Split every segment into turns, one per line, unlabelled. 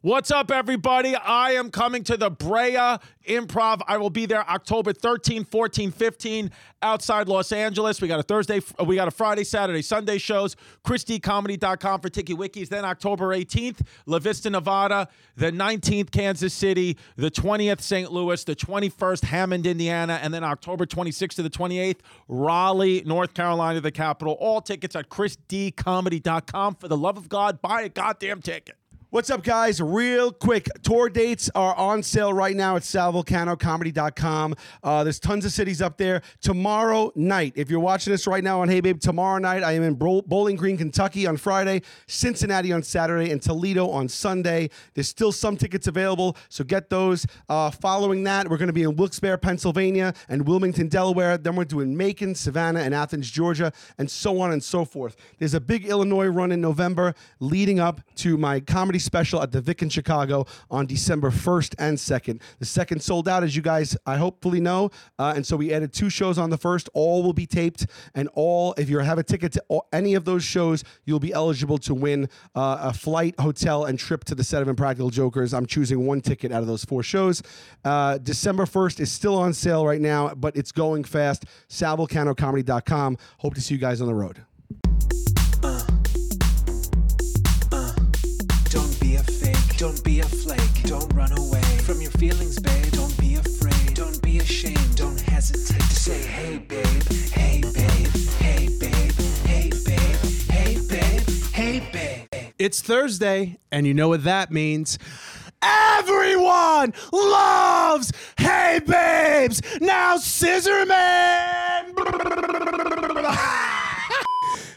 What's up, everybody? I am coming to the Brea Improv. I will be there October 13, 14, 15 outside Los Angeles. We got a Thursday, we got a Friday, Saturday, Sunday shows. ChristieComedy.com for Tiki Wikis. Then October 18th, La Vista, Nevada. The 19th, Kansas City. The 20th, St. Louis. The 21st, Hammond, Indiana. And then October 26th to the 28th, Raleigh, North Carolina, the capital. All tickets at ChristieComedy.com. For the love of God, buy a goddamn ticket.
What's up, guys? Real quick, tour dates are on sale right now at salvolcanocomedy.com. Uh, there's tons of cities up there. Tomorrow night, if you're watching this right now on Hey Babe, tomorrow night I am in Bro- Bowling Green, Kentucky on Friday, Cincinnati on Saturday, and Toledo on Sunday. There's still some tickets available, so get those. Uh, following that, we're going to be in Wilkes-Barre, Pennsylvania, and Wilmington, Delaware. Then we're doing Macon, Savannah, and Athens, Georgia, and so on and so forth. There's a big Illinois run in November leading up to my comedy special at the Vic in Chicago on December 1st and 2nd. The second sold out, as you guys I hopefully know. Uh, and so we added two shows on the first. All will be taped, and all, if you have a ticket to all, any of those shows, you'll be eligible to win uh, a flight, hotel, and trip to the set of Impractical Jokers. I'm choosing one ticket out of those four shows. Uh, December 1st is still on sale right now, but it's going fast. SalVolcanoComedy.com. Hope to see you guys on the road.
Don't be a fake, don't be a flake, don't run away from your feelings, babe. Don't be afraid, don't be ashamed, don't hesitate to say, hey, babe, hey, babe, hey, babe, hey, babe, hey, babe, hey, babe.
It's Thursday, and you know what that means. Everyone loves Hey Babes! Now Scissor Man!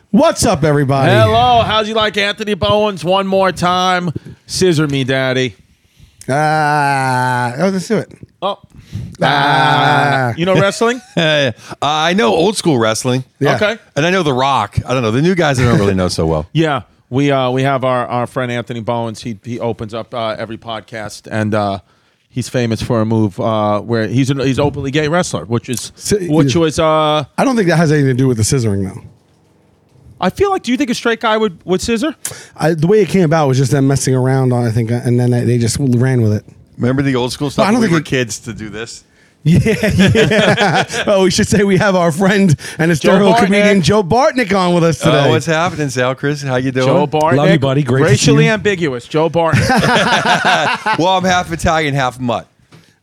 What's up, everybody?
Hello, how's you like Anthony Bowens one more time? Scissor me, daddy.
Ah, oh, let's do it.
Oh.
Ah.
Ah. You know wrestling?
Uh, I know old school wrestling.
Yeah.
Okay.
And I know The Rock. I don't know. The new guys I don't really know so well.
Yeah. We uh we have our, our friend Anthony Bowens. He he opens up uh, every podcast and uh he's famous for a move uh where he's an, he's openly gay wrestler, which is
So-
which
yeah.
was uh
I don't think that has anything to do with the scissoring, though.
I feel like do you think a straight guy would would scissor?
I, the way it came about was just them messing around on, I think, and then they, they just ran with it.
Remember the old school stuff?
I don't
when
think
we were
it-
kids to do this.
Oh, we should say we have our friend and historical
Bartnick.
comedian Uh, Joe Bartnick on with us today.
Oh, what's happening, Sal? Chris, how you doing?
Joe Barton.
Love you, buddy. Great to see
Racially
you.
ambiguous. Joe Barton.
Well, I'm half Italian, half mutt.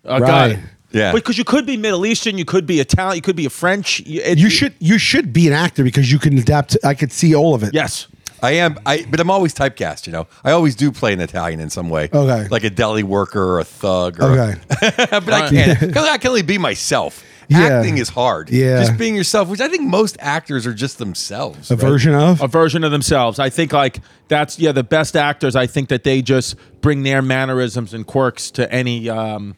Uh,
Right.
got it.
Yeah.
Because you could be Middle Eastern, you could be Italian, you could be a French. You, it-
you should you should be an actor because you can adapt. To, I could see all of it.
Yes.
I am, I but I'm always typecast. You know, I always do play an Italian in some way.
Okay.
like a deli worker or a thug. Or
Okay.
but I can't. 'cause I can only be myself.
Yeah.
Acting is hard.
Yeah.
just being yourself, which I think most actors are just themselves.
A
right?
version of.
a version of themselves. I think like that's yeah the best actors. I think that they just bring their mannerisms and quirks to any um,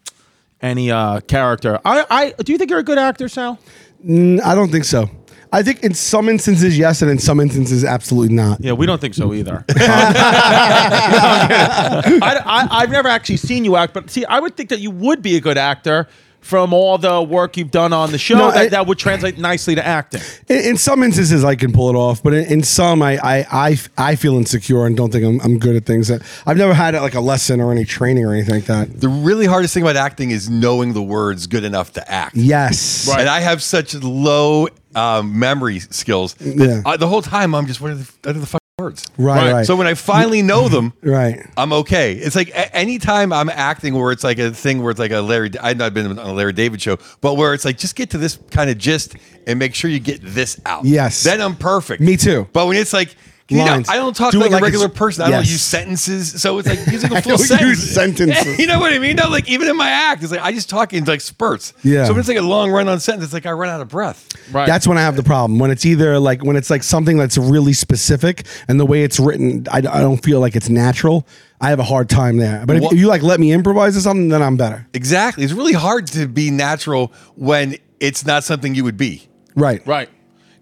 any uh, character. I, I do you think you're a good actor, Sal?
Mm, I don't think so. I think in some instances yes, and in some instances absolutely not.
Yeah, we don't think so either. Um, I, I, have never actually seen you act, but see, I would think that you would be a good actor. From all the work you've done on the show,
No,
that,
I-
that would translate nicely to acting.
In, in some instances I can pull it off, but in, in some I, I I f- I feel insecure and don't think I'm, I'm good at things. That I've never had like a lesson or any training or anything like that.
The really hardest thing about acting is knowing the words good enough to act.
Yes.
Right.
And I have such low um, memory skills. that
Yeah.
I- the whole time I'm just what are the, what are the fucking words?
Right. Right.
So when I finally know them,
right.
I'm okay. It's like a- anytime I'm acting where it's like a thing where it's like a Larry. I've not been on a Larry David show, but where it's like just get to this kind of gist and make sure you get this out.
Yes.
Then I'm perfect.
Me too.
But when it's like. You know,
Lines.
I don't talk
Do it
like,
like
a regular
it's-
person. I don't
yes.
use sentences, so it's like using
I
a full
don't
sentence.
use sentences.
you know what I mean? No, like even in my act, it's like I just talk in like spurts.
Yeah.
So when it's like a long run on sentence, it's like I run out of breath.
Right.
That's when I have the problem. When it's either like when it's like something that's really specific and the way it's written, I, I don't feel like it's natural. I have a hard time there. But if,
What-
if you like let me improvise or something, then I'm better.
Exactly. It's really hard to be natural when it's not something you would be.
Right.
Right.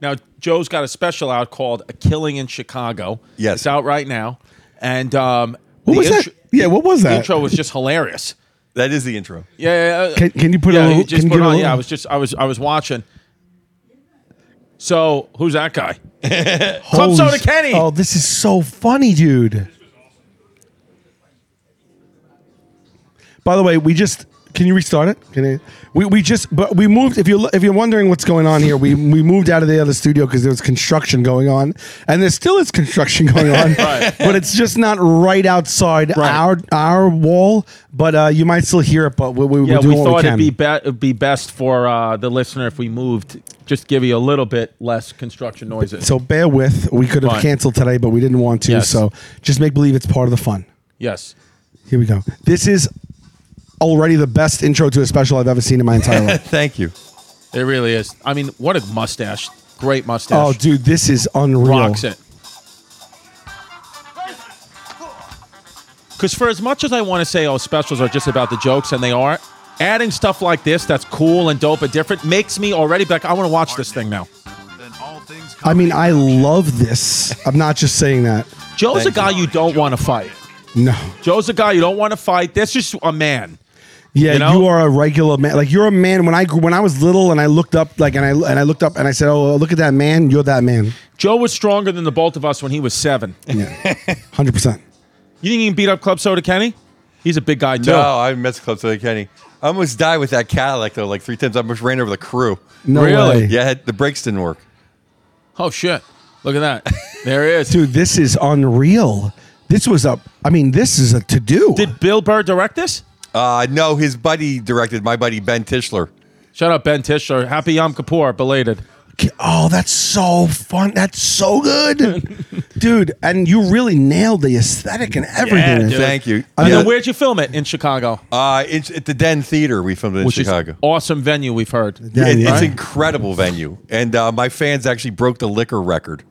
Now, Joe's got a special out called A Killing in Chicago.
Yes.
It's out right now. And um,
What was that? Yeah, what was
The
that?
intro was just hilarious.
That is the intro.
Yeah, yeah, yeah.
Can- can you put a
yeah,
little-
you just
can you
put
give
it
a
on?
little-
Yeah, I was just I was I was watching. So who's that guy? Club
Holy
Soda
Oh,
sh-
Kenny.
Oh, this is so funny, dude.
By the way, we just can you restart it? Can I, we we just but we moved. If you are if you're wondering what's going on here, we we moved out of the other studio because there was construction going on, and there still is construction going on, but it's just not right outside our our wall. But uh, you might still hear it. But we, we,
Yeah,
we're doing
we
what we
thought
can.
it'd be, be it'd be best for uh, the listener if we moved, just give you a little bit less construction noises.
so bear with. We could have
Fine.
canceled today, but we didn't want to.
Yes.
So just make believe it's part of the fun.
yes.
Here we go. This is already the best intro to a special I've ever seen in my entire life.
Thank you.
It really is. I mean, what a mustache. Great mustache.
Oh, dude, this is unreal.
Rocks it. Because for as much as I want to say, oh, specials are just about the jokes, and they are, adding stuff like this that's cool and dope and different makes me already be like, I want to watch this thing now.
I mean, I love this. I'm not just saying that.
Joe's a
Thank
guy you don't want to fight.
No.
Joe's a guy you don't want to fight. That's just a man.
Yeah, you,
You know?
are a regular man. Like you're a man. When I grew, when I was little, and I looked up, like, and I and I looked up, and I said, "Oh, look at that man. You're that man."
Joe was stronger than the both of us when he was seven.
Yeah, hundred percent.
You think he can beat up Club Soda Kenny? He's a big guy, too.
No, I messed club so Kenny. I almost died with that Cadillac though, like three times. I almost ran over the crew.
No
Really?
way,
Yeah, I had- the brakes didn't work.
Oh, shit. Look at that. There he is.
dude. This is unreal. This was a. I mean, this is a to do.
Did Bill Burr direct this?
Uh, no, his buddy directed. My buddy Ben Tischler.
Shut up, Ben Tischler. Happy Yom Kippur, belated.
Oh, that's so fun. That's so good, dude. And you really nailed the aesthetic and everything.
dude.
Thank you.
I
And
Yeah,
then where'd you film it? In Chicago.
uh, it's at the Den Theater. We filmed it in
Which
Chicago.
is awesome venue, we've heard.
Yeah,
It- It's
right?
incredible venue, and uh, my fans actually broke the liquor record.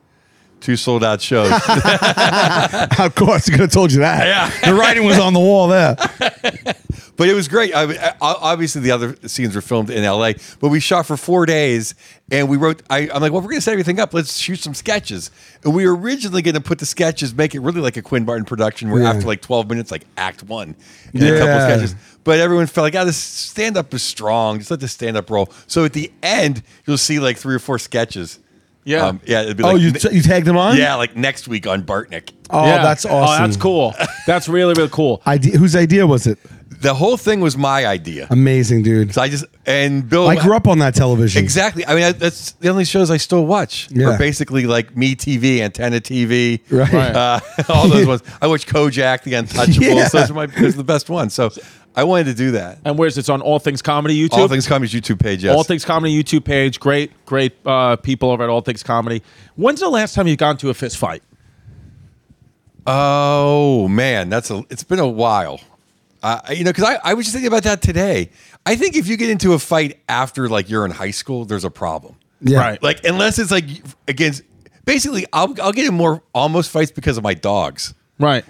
Two sold out shows.
Of course, I could have told you that. Yeah. The writing was on the wall there.
But it was great. I, I, obviously, the other scenes were filmed in LA, but we shot for four days and we wrote. I, I'm like, well, we're going to set everything up. Let's shoot some sketches. And we were originally going to put the sketches, make it really like a Quinn Martin production where
Yeah.
after like 12 minutes, like act one and a couple of
Yeah.
sketches. But everyone felt like, oh, this stand up is strong. Just let the stand up roll. So at the end, you'll see like three or four sketches. Um,
Yeah.
yeah. It'd be
Oh,
like,
you, you tagged them on?
yeah, like next week on Bartnick.
Oh,
Yeah.
that's awesome.
Oh, that's cool. That's really, really cool.
Idea, whose idea was it?
The whole thing was my idea.
Amazing, dude.
So I just, and Bill.
I grew up on that television.
Exactly. I mean, I- that's the only shows I still watch
Yeah.
are basically like Me TV, Antenna TV,
Right. Right.
Uh, all those ones. I watch Kojak, The Untouchables.
Yeah.
Those are my those are the best ones. So I wanted to do that.
And where's it's on All Things Comedy YouTube?
All Things Comedy's YouTube page. Yes.
All Things Comedy YouTube page. Great, great uh, people over at All Things Comedy. When's the last time you've gone to a fist fight?
Oh man, that's a. It's been a while. Uh, you know, because I, I was just thinking about that today. I think if you get into a fight after like you're in high school, there's a problem.
Yeah.
Right.
Like unless it's like against. Basically, I'll I'll get in more almost fights because of my dogs.
Right.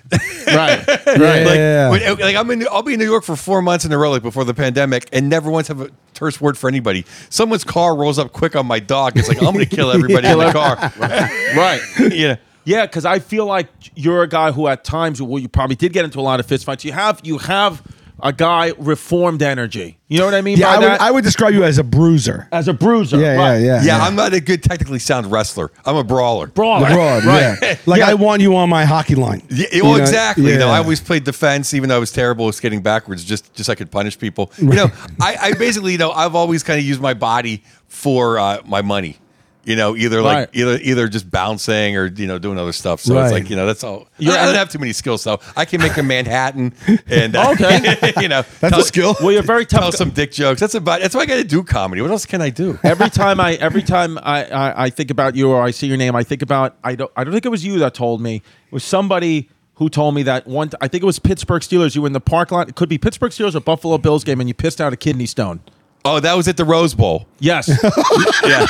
right. Right.
Like,
Yeah.
when- like I'm in, I'll be in New York for four months in a row, like before the pandemic, and never once have a terse word for anybody. Someone's car rolls up quick on my dog. It's like I'm going to kill everybody in the car.
right.
yeah,
Yeah, because I feel like you're a guy who at times, well, you probably did get into a lot of fist fights. You have you have a guy reformed energy. You know what I mean
Yeah,
by
I would,
that?
I would describe you as a bruiser.
As a bruiser.
Yeah,
right.
yeah, yeah.
yeah, I'm not a good technically sound wrestler. I'm a brawler.
Brawler.
Broad,
right.
yeah. Like,
Yeah.
I want you on my hockey line.
Yeah,
You
well,
know,
exactly.
yeah.
No, I always played defense, even though I was terrible at skating backwards, just just so I could punish people. You know, I, I basically, you know, I've always kind of used my body for uh, my money. You know, either like
Right.
either either just bouncing or you know doing other stuff. So
Right.
it's like you know that's all.
You're-
I don't have too many skills though. I can make a Manhattan and uh,
Okay.
you know
That's a skill.
Well, you're very tough.
Tell some dick jokes. That's about. That's why I got to do comedy. What else can I do?
every time I every time I, I I think about you or I see your name, I think about I don't I don't think it was you that told me. It was somebody who told me that one. I think it was Pittsburgh Steelers. You were in the park lot. It could be Pittsburgh Steelers or Buffalo Bills game, and you pissed out a kidney stone.
Oh, that was at the Rose Bowl.
Yes,
Yeah.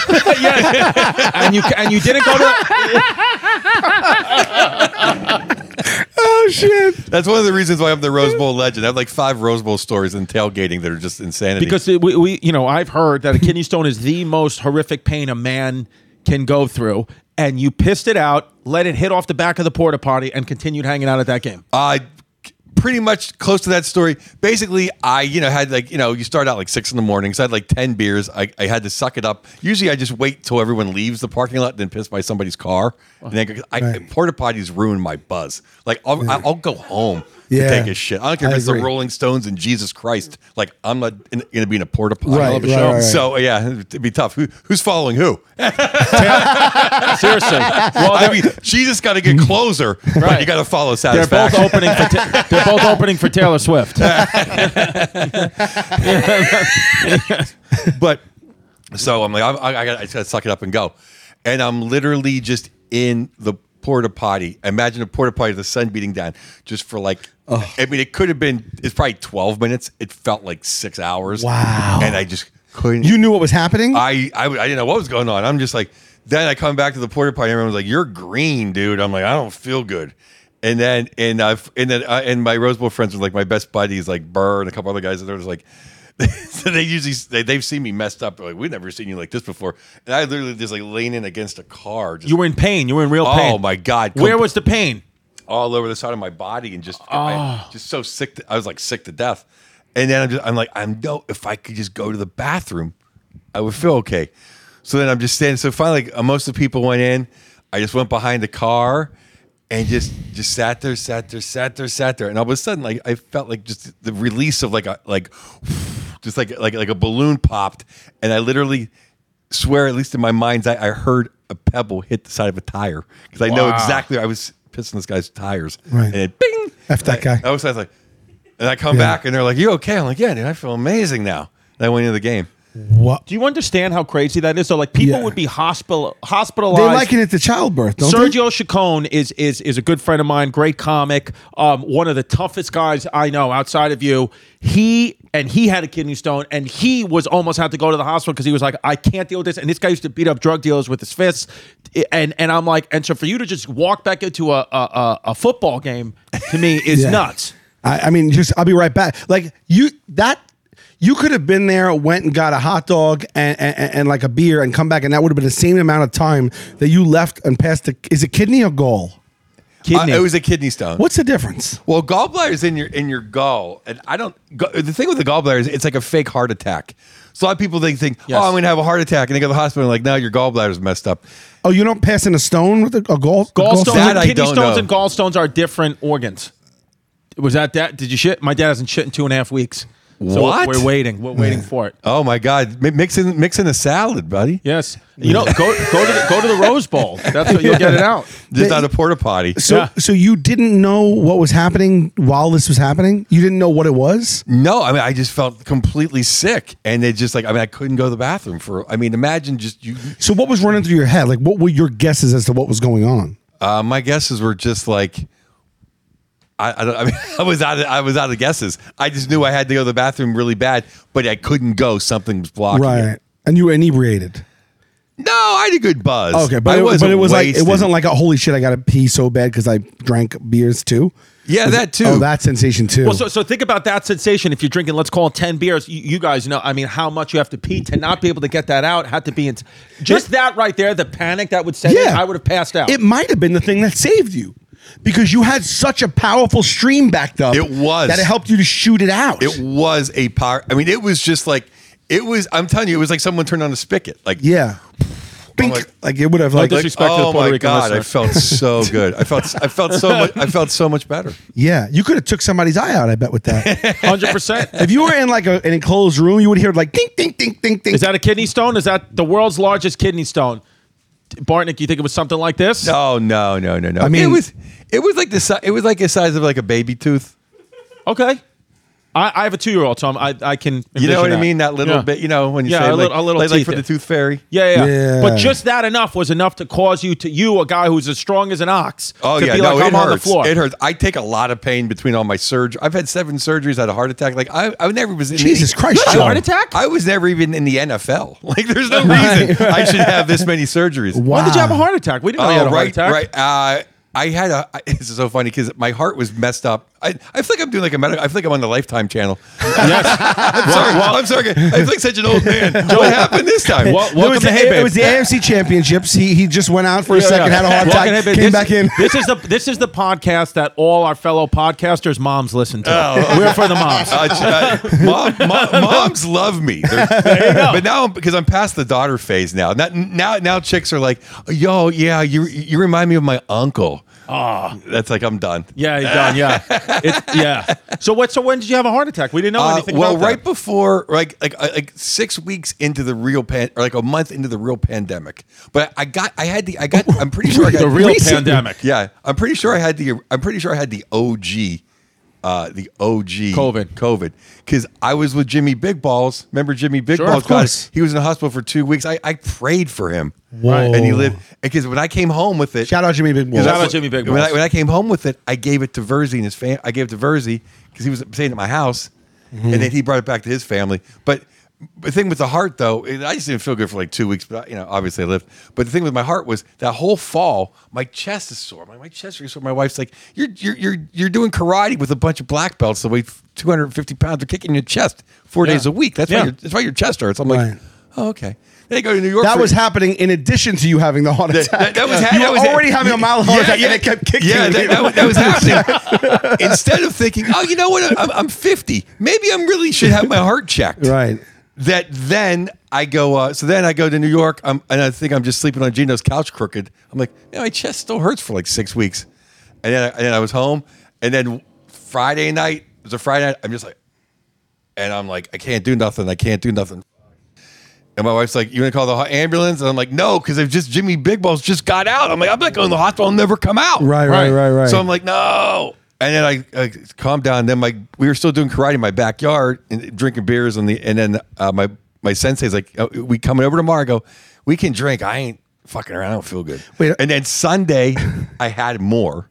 and you and you didn't go to.
Oh, shit.
That's one of the reasons why I'm the Rose Bowl legend. I have like five Rose Bowl stories in tailgating that are just insanity.
because it, we, we you know i've heard that a kidney stone is the most horrific pain a man can go through and you pissed it out let it hit off the back of the porta potty and continued hanging out at that game
Uh, pretty much close to that story. Basically, I you know had like you know you start out like six in the morning, so I had like ten beers. I, I had to suck it up. Usually, I just wait till everyone leaves the parking lot, then piss by somebody's car. And then I,
Right.
porta potties ruin my buzz. Like I'll, I'll go home.
Yeah.
to take a shit. I don't care
I
if it's the
agree.
Rolling Stones and Jesus Christ. Like I'm not in, gonna be in a porta potty.
Right, right, right, right.
So yeah, it'd be tough. Who, who's following who?
Seriously. Well,
I
they're,
mean, Jesus got to get closer,
Right.
but you got to follow
they're both
satisfaction.
opening. For ta- they're both opening for Taylor Swift.
but so I'm like, I'm, I, I got to suck it up and go. And I'm literally just in the porta potty. Imagine a porta potty, the sun beating down, just for like. I mean, it could have been. It's probably 12 minutes. It felt like six hours.
Wow.
And I just couldn't.
You knew what was happening.
I, I I didn't know what was going on. I'm just like, then I come back to the porta potty. Everyone's like, "You're green, dude." I'm like, I don't feel good. And then and uh, and then uh, and my Rose Bowl friends were like my best buddies, like Burr and a couple other guys, and they're just like. so they usually they, they've seen me messed up like we've never seen you like this before and i literally just like lean in against a car just
You were in pain. You were in real
Oh,
pain.
my God.
Where was the pain?
all over the side of my body and just I- just so sick. To, I was like sick to death. And then I'm just I'm like I'm no. If I could just go to the bathroom, I would feel okay. So then I'm just standing. So finally, uh, most of the people went in. I just went behind the car and just just sat there, sat there, sat there, sat there. And all of a sudden, like I felt like just the release of like a like just like like like a balloon popped, and I literally swear, at least in my mind's eye, I heard a pebble hit the side of a tire because I know exactly. I was pissing this guy's tires,
Right.
And it bing.
F that guy.
I was I was like, and I come
Yeah.
back and they're like, "You okay?" I'm like, "Yeah, dude, I feel amazing now." And I went into the game.
Do you understand how crazy that is? So like people
Yeah.
would be hospital
they
hospitalized.
liken it to childbirth, don't they?
Sergio Chacon is is is a good friend of mine, great comic, um, one of the toughest guys I know outside of you. He and he had a kidney stone, and he was almost had to go to the hospital because he was like, I can't deal with this. And this guy used to beat up drug dealers with his fists, and and I'm like, and so for you to just walk back into a a, a, a football game to me is
Yeah.
nuts.
I, I mean, just I'll be right back. Like you, that you could have been there, went and got a hot dog and, and, and like a beer, and come back, and that would have been the same amount of time that you left and passed. The, is it kidney or gall? Uh,
Kidney.
I- it was a kidney stone.
What's the difference?
Well, gallbladder is in your in your gall, and I don't. Go, the thing with the gallbladder is it's like a fake heart attack. So a lot of people they think,
Yes.
"Oh, I'm going to have a heart attack," and they go to the hospital and like, "No, your gallbladder's messed up."
Oh, you don't pass in a stone with a, a gall.
Gallstones,
That
and
I
kidney
don't
stones,
know.
and gallstones are different organs. Was that that? Did you shit? My dad hasn't shit in two and a half weeks. So
What?
We're waiting. We're waiting for it.
Oh my God! Mi- Mix in mix in a salad, buddy.
Yes. You know, go go to the, go to the Rose Bowl. That's what you'll get it out.
Just not a porta potty.
So,
Yeah.
so you didn't know what was happening while this was happening. You didn't know what it was.
No, I mean I just felt completely sick, and it just like I mean I couldn't go to the bathroom for. I mean, imagine just you.
So, what was running through your head? Like, what were your guesses as to what was going on?
Uh, my guesses were just like. I, I, don't, I mean, I was out. Of, I was out of guesses. I just knew I had to go to the bathroom really bad, but I couldn't go. Something was blocking it.
Right, and you were inebriated.
No, I had a good buzz.
Okay, but
I
it, but
wasn't
it was like
wasted.
it wasn't like a holy shit. I got to pee so bad because I drank beers too.
Yeah, that too.
Oh, that sensation too.
Well, so, so think about that sensation. If you're drinking, let's call it 10 beers, you, you guys know, I mean, how much you have to pee to not be able to get that out, had to be in. Just that right there, the panic that would set in, I would have passed out.
It might have been the thing that saved you because you had such a powerful stream backed up.
It was.
that it helped you to shoot it out.
It was a power. I mean, it was just like it was. I'm telling you, it was like someone turned on a spigot. Like
yeah, Bink.
like-
Like, it would have like,
disres- disrespect to the
oh
Puerto
my
Rican
god,
listener.
I felt so good. I felt I felt so much. I felt so much better.
yeah, you could have took somebody's eye out. I bet with that.
100%.
if you were in like a, an enclosed room, you would hear like ding ding ding ding ding.
Is that a kidney stone? Is that the world's largest kidney stone? Bartnick, you think it was something like this?
Oh no, no, no, no.
I mean-
it was it was like the si- it was like the size of like a baby tooth.
Okay. I, I have a two year old, so I'm, I, I can.
You know
envision
what I mean? That little
Yeah.
bit. You know when you
Yeah,
say
a
like,
little- a little
like, like
teeth,
for
yeah.
the tooth fairy.
Yeah, yeah,
Yeah.
But just that enough was enough to cause you to you, a guy who's as strong as an ox,
Oh
to
yeah,
be
no,
like,
it
I'm
hurts.
on the floor.
It hurts. I take a lot of pain between all my surgery. I've had seven surgeries, had a heart attack. Like I, I never was. In
Jesus
the,
Christ,
I-
John.
Heart attack?
I was never even in the NFL. Like there's no reason I should have this many surgeries. Oh,
When did you have a
Wow.
heart attack? We didn't know you had a
right,
heart attack.
right. Uh, I had a. I, this is so funny because my heart was messed up. I, I feel like I'm doing like a medical. I feel like I'm on the Lifetime channel. I'm sorry. I'm sorry. I feel like such an old man. what happened this time?
Well,
It
welcome
was,
to
the,
Hey
it
Babe.
was the AFC Championships. He he just went out for a second, had a heart
Welcome
attack,
to Hey Babe.
came
This-
back in.
This is the this is the podcast that all our fellow podcasters' moms listen to. We're for the moms.
Uh, ch- uh, mom, mom- moms love me. They're- But now, I'm- because I'm past the daughter phase now. Now, now, now chicks are like, yo, yeah, you you remind me of my uncle. That's like I'm done.
Yeah, you're done. Yeah, It's yeah. So what? So when did you have a heart attack? We didn't know
Uh,
anything.
well,
about that.
right before, like, like, uh, like six weeks into the real pan, or like a month into the real pandemic. But I got, I had the, I got, I'm pretty sure I got
the real
Recently.
pandemic.
Yeah, I'm pretty sure I had the, I'm pretty sure I had the OG, uh, the OG
COVID.
COVID, because I was with Jimmy Big Balls. Remember Jimmy Big
Sure,
Balls?
of
got it.
course.
He was in the hospital for two weeks. I, I prayed for him,
Whoa.
and he lived. Because when I came home with it,
Shout out Jimmy Big Balls.
Shout
that's
out
what-
Jimmy Big
When I,
Balls.
when I came home with it, I gave it to Verzi and his fam. I gave it to Verzi because he was staying at my house, and then he brought it back to his family. But the thing with the heart, though, it- I just didn't feel good for like two weeks. But I, you know, obviously I lived. But the thing with my heart was that whole fall, my chest is sore. My, my chest is sore. My wife's like, "You're you're you're you're doing karate with a bunch of black belts that weigh 250 pounds. They're kicking your chest four days a week. That's
Yeah.
why your, that's why your chest hurts." I'm
Right.
like, "Oh, okay." Then I go to New York.
That
for-
was happening in addition to you having the heart attack.
that, that was ha-
you
that
were
was ha-
already having a mild heart attack, and it kept kicking.
Yeah,
you.
that, that, was- that was happening. Instead of thinking, oh, you know what, I'm, I'm 50. Maybe I am really should have my heart checked.
Right.
Oh, That then I go. Uh, so then I go to New York, I'm, and I think I'm just sleeping on Gino's couch crooked. I'm like, yeah, my chest still hurts for like six weeks, and then I, and then I was home, and then Friday night it was a Friday night. I'm just like, and I'm like, I can't do nothing. I can't do nothing. And my wife's like, "You gonna call the ho- ambulance?" And I'm like, "No, because if just Jimmy Big Balls just got out, I'm like, I'm not going to the hospital. I'll never come out."
Right, right, right, right.
So I'm like, "No." And then I, I calmed down. Then my we were still doing karate in my backyard and drinking beers. And the and then uh, my my sensei's like, oh, "We coming over tomorrow?" I go, "We can drink. I ain't fucking around. I don't feel good."
Wait. uh
and then Sunday, I had more,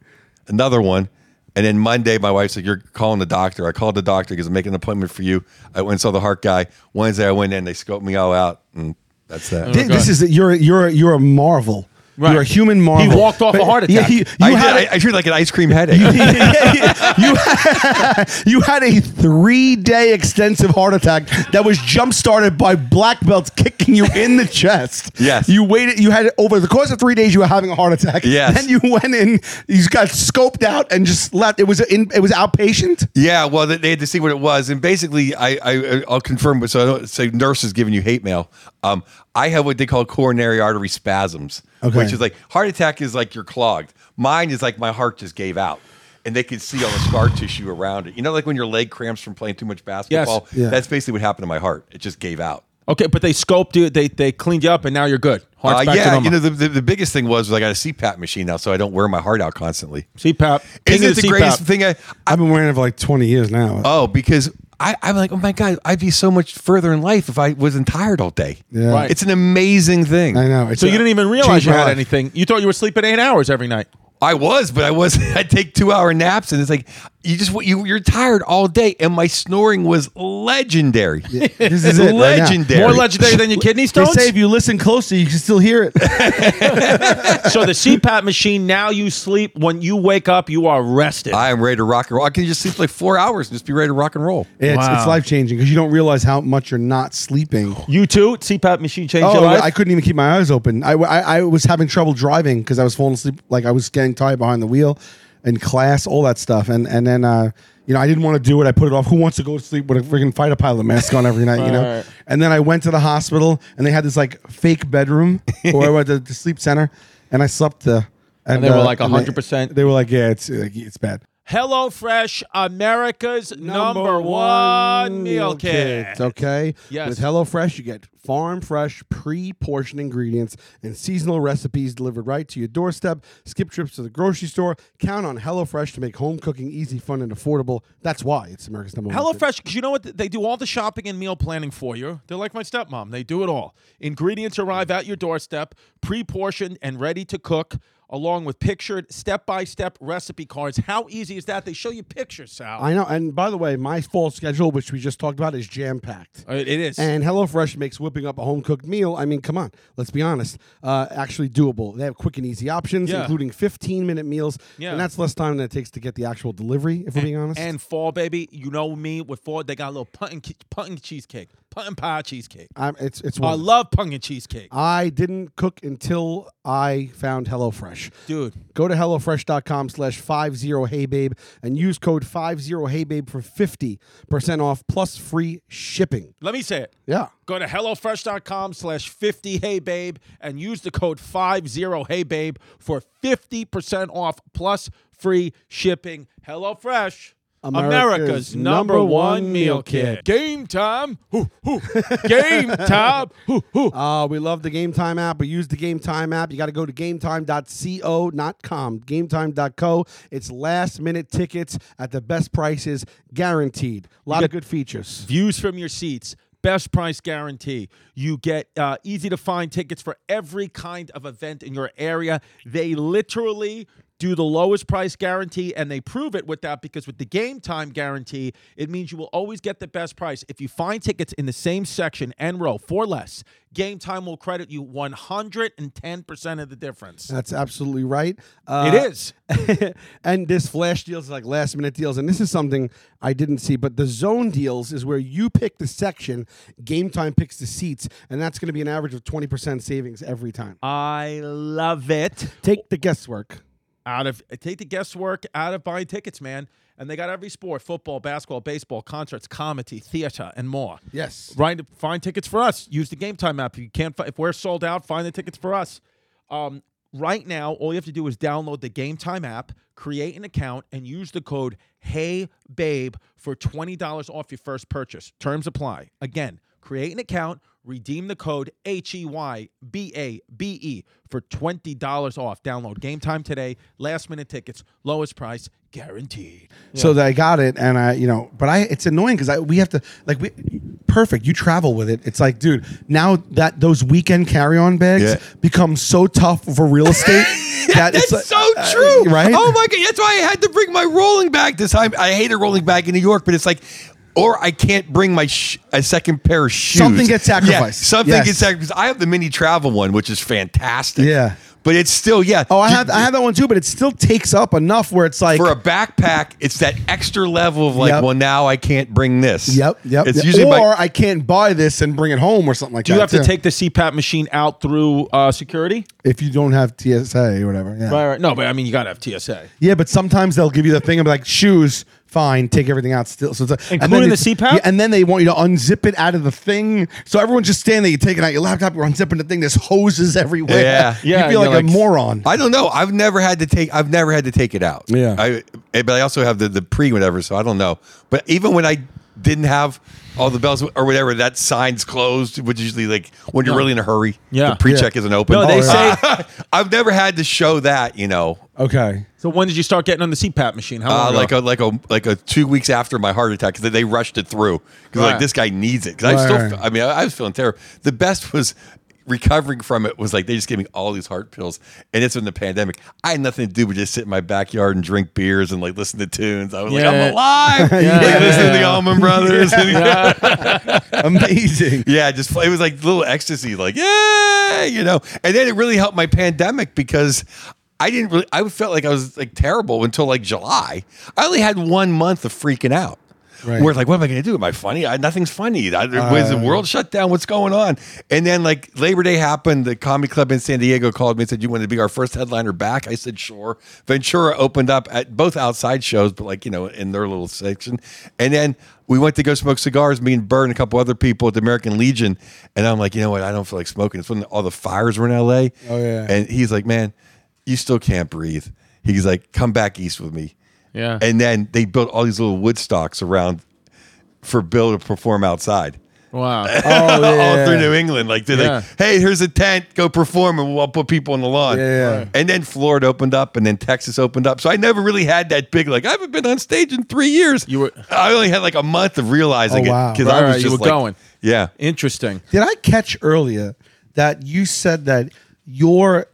another one. And then Monday, my wife's like, "You're calling the doctor." I called the doctor because I'm making an appointment for you. I went and saw the heart guy. Wednesday, I went in. They scoped me all out, and that's that.
Thi- this is you're you're you're a marvel.
Right.
You're a human marvel.
walked off a heart
Yeah,
attack.
he- you
I,
had
did,
a-
I, I treat it like an ice cream headache.
you, had, you had a three-day extensive heart attack that was jump-started by black belts kicking you in the chest.
Yes.
You waited. You had over the course of three days, you were having a heart attack.
Yes.
Then you went in. You got scoped out and just left. It was in. It was outpatient.
yeah, well, they, they had to see what it was, and basically, I, I I'll confirm. So I don't say nurse is giving you hate mail. Um, I have what they call coronary artery spasms,
Okay.
which is like heart attack is like you're clogged. Mine is like my heart just gave out. And they could see all the scar tissue around it. You know, like when your leg cramps from playing too much basketball.
Yeah.
That's basically what happened to my heart. It just gave out.
Okay, but they scoped you. They they cleaned you up, and now you're good. Heart's
Uh,
back to
yeah,
normal.
you know the, the, the biggest thing was, was I got a CPAP machine now, so I don't wear my heart out constantly.
CPAP. King
Isn't it
of
the
CPAP.
greatest thing? I, I
I've been wearing it for like 20 years now.
oh, because I, I'm like, oh my god, I'd be so much further in life if I wasn't tired all day.
Yeah.
Right.
It's an amazing thing.
I know. It's
So you
a-
didn't even realize
changed
you
my
had
life.
anything. You thought you were sleeping eight hours every night.
I was, but I was. I take two hour naps, and it's like you just you you're tired all day, and my snoring was legendary.
This is it right now.
legendary.
More legendary than your kidney stones.
They say if you listen closely, you can still hear it.
so the CPAP machine. Now you sleep. When you wake up, you are rested.
I am ready to rock and roll. I can just sleep like four hours and just be ready to rock and roll.
It's,
Wow.
it's life changing because you don't realize how much you're not sleeping.
you too. CPAP machine changed your
Oh,
life.
I couldn't even keep my eyes open. I, I, I was having trouble driving because I was falling asleep. Like I was getting tired behind the wheel in class, all that stuff. And and then, uh, you know, I didn't want to do it. I put it off. Who wants to go to sleep with a freaking fighter pilot mask on every night, you know?
Right.
And then I went to the hospital and they had this like fake bedroom or what, the, the sleep center. And I slept there. And, uh,
they were like
and
100%?
They were like, yeah, it's, it's bad.
HelloFresh, America's number, one, meal kit.
Okay.
Yes.
With HelloFresh, you get farm fresh, pre portioned ingredients and seasonal recipes delivered right to your doorstep. Skip trips to the grocery store. Count on HelloFresh to make home cooking easy, fun, and affordable. That's why it's America's number one.
HelloFresh, because you know what? They do all the shopping and meal planning for you. They're like my stepmom. They do it all. Ingredients arrive at your doorstep, pre portioned and ready to cook, along with pictured step by step recipe cards. How easy is that? They show you pictures, Sal.
I know. And by the way, my fall schedule, which we just talked about, is jam packed.
Uh, it is.
And HelloFresh makes whipping up a home cooked meal. I mean, come on, let's be honest, uh, actually doable. They have quick and easy options,
Yeah.
including 15 minute meals.
Yeah.
And that's less time than it takes to get the actual delivery, if we're being honest.
and fall, baby, you know me with fall. They got a little pumpkin, ke- pumpkin cheesecake, pumpkin pie cheesecake.
I'm, it's it's.
I
wonderful.
love pumpkin cheesecake,
I didn't cook until I found HelloFresh.
dude.
Go to HelloFresh.com slash 50HeyBabe and use code 50HeyBabe for 50% off plus free shipping.
Let me say it.
Yeah.
Go to HelloFresh.com slash 50 Hey Babe and use the code 50 Hey Babe for 50% off plus free shipping. HelloFresh,
America's
America's, number,
number
one,
one meal
meal
kit.
kit. Game time. Hoo, hoo. Game time. Hoo, hoo.
Uh, we love the Game Time app. We use the Game Time app. You got to go to gametime.co, not com, gametime.co. It's last minute tickets at the best prices, guaranteed. A lot of good features.
views from your seats best price guarantee you get uh, easy to find tickets for every kind of event in your area they literally do the lowest price guarantee and they prove it with that because with the game time guarantee it means you will always get the best price if you find tickets in the same section and row for less game time will credit you 110% of the difference
That's absolutely right. Uh,
it is
and this flash deals is like last minute deals and this is something i didn't see but the zone deals is where you pick the section game time picks the seats and that's going to be an average of 20% savings every time
i love it
take the guesswork
out of take the guesswork out of buying tickets, man. And they got every sport: football, basketball, baseball, concerts, comedy, theater, and more.
Yes.
Find find tickets for us. Use the Game Time app. If you can't, fi- if we're sold out, find the tickets for us. Um, right now, all you have to do is download the Game Time app, create an account, and use the code Hey Babe for twenty dollars off your first purchase. Terms apply. Again, create an account. Redeem the code H E Y B A B E for twenty dollars off. Download Game Time today. Last minute tickets, lowest price guaranteed.
so that i got it and i you know but i it's annoying because i we have to like we perfect you travel with it it's like dude now that those weekend carry-on bags
Yeah.
become so tough for real estate that
That's
like-
so
uh,
true,
right
Oh my god, that's why I had to bring my rolling bag this time. I hate a rolling bag in New York, but it's like, or I can't bring my sh- a second pair of shoes.
Something gets sacrificed.
Yeah, something
Yes.
gets sacrificed. I have the mini travel one, which is fantastic.
Yeah.
but it's still yeah.
oh i
you-
have i have that one too but it still takes up enough where it's like
for a backpack. It's that extra level of like,
Yep.
well, now I can't bring this.
Yep, yep.
It's
yep.
usually
or
by-
I can't buy this and bring it home or something like
Do
that.
you have to
too.
take the CPAP machine out through uh, security?
if you don't have TSA or whatever. Yeah,
Right, right. No, but I mean, you gotta have TSA.
yeah. But sometimes they'll give you the thing of like shoes. Fine, take everything out still. So it's a, and then
Including the
it's-
CPAP?
yeah, and then they want you to unzip it out of the thing. So everyone's just standing there. You're taking out your laptop. You're unzipping the thing. There's hoses everywhere.
Yeah.
Yeah,
You feel
and
like,
you're like-
a moron.
I don't know. I've never had to take. I've never had to take it out.
Yeah.
I, eh, but I also have the the pre whatever, so I don't know. But even when I didn't have all the bells or whatever, that sign's closed, which usually like when you're really in a hurry.
Yeah.
The pre check isn't open. Oh,
No, they say-
I've never had to show that. You know,
okay.
So when did you start getting on the CPAP machine? How long
uh,
ago?
like a like a like a two weeks after my heart attack because they rushed it through because
Right.
like this guy needs it because I
Right,
still
right.
I mean I, I was feeling terrible. The best was recovering from it was like they just gave me all these heart pills and it's in the pandemic. I had nothing to do but just sit in my backyard and drink beers and like listen to tunes. I was
Yeah.
like I'm alive.
Yeah,
like
yeah,
listening to the
yeah.
Allman Brothers. Yeah.
Amazing.
Yeah, just it was like little ecstasy, like yeah, you know. And then it really helped my pandemic because I didn't really. I felt like I was like terrible until like July. I only had one month of freaking out.
Right.
Where it's like, what am I going to do? Am I funny? I, nothing's funny. I, was the world shut down? What's going on? And then like Labor Day happened. The comedy club in San Diego called me and said, "You want to be our first headliner back?" I said, "Sure." Ventura opened up at both outside shows, but like you know, in their little section. And then we went to go smoke cigars, me and Bird and a couple other people at the American Legion. And I'm like, you know what? I don't feel like smoking. It's when all the fires were in LA.
Oh, yeah.
And he's like, man, you still can't breathe. He's like, come back east with me.
Yeah.
And then they built all these little wood stocks around for Bill to perform outside.
wow.
Oh
all through New England. Like they're
Yeah.
like, hey, here's a tent, go perform, and we'll put people on the lawn.
Yeah, yeah. Right.
And then Florida opened up, and then Texas opened up. So I never really had that big like I haven't been on stage in three years.
You were-
I only had like a month of realizing
Oh, wow.
it because
Right,
I was
right, you
just
were
like,
going.
Yeah,
Interesting.
Did I catch earlier that you said that your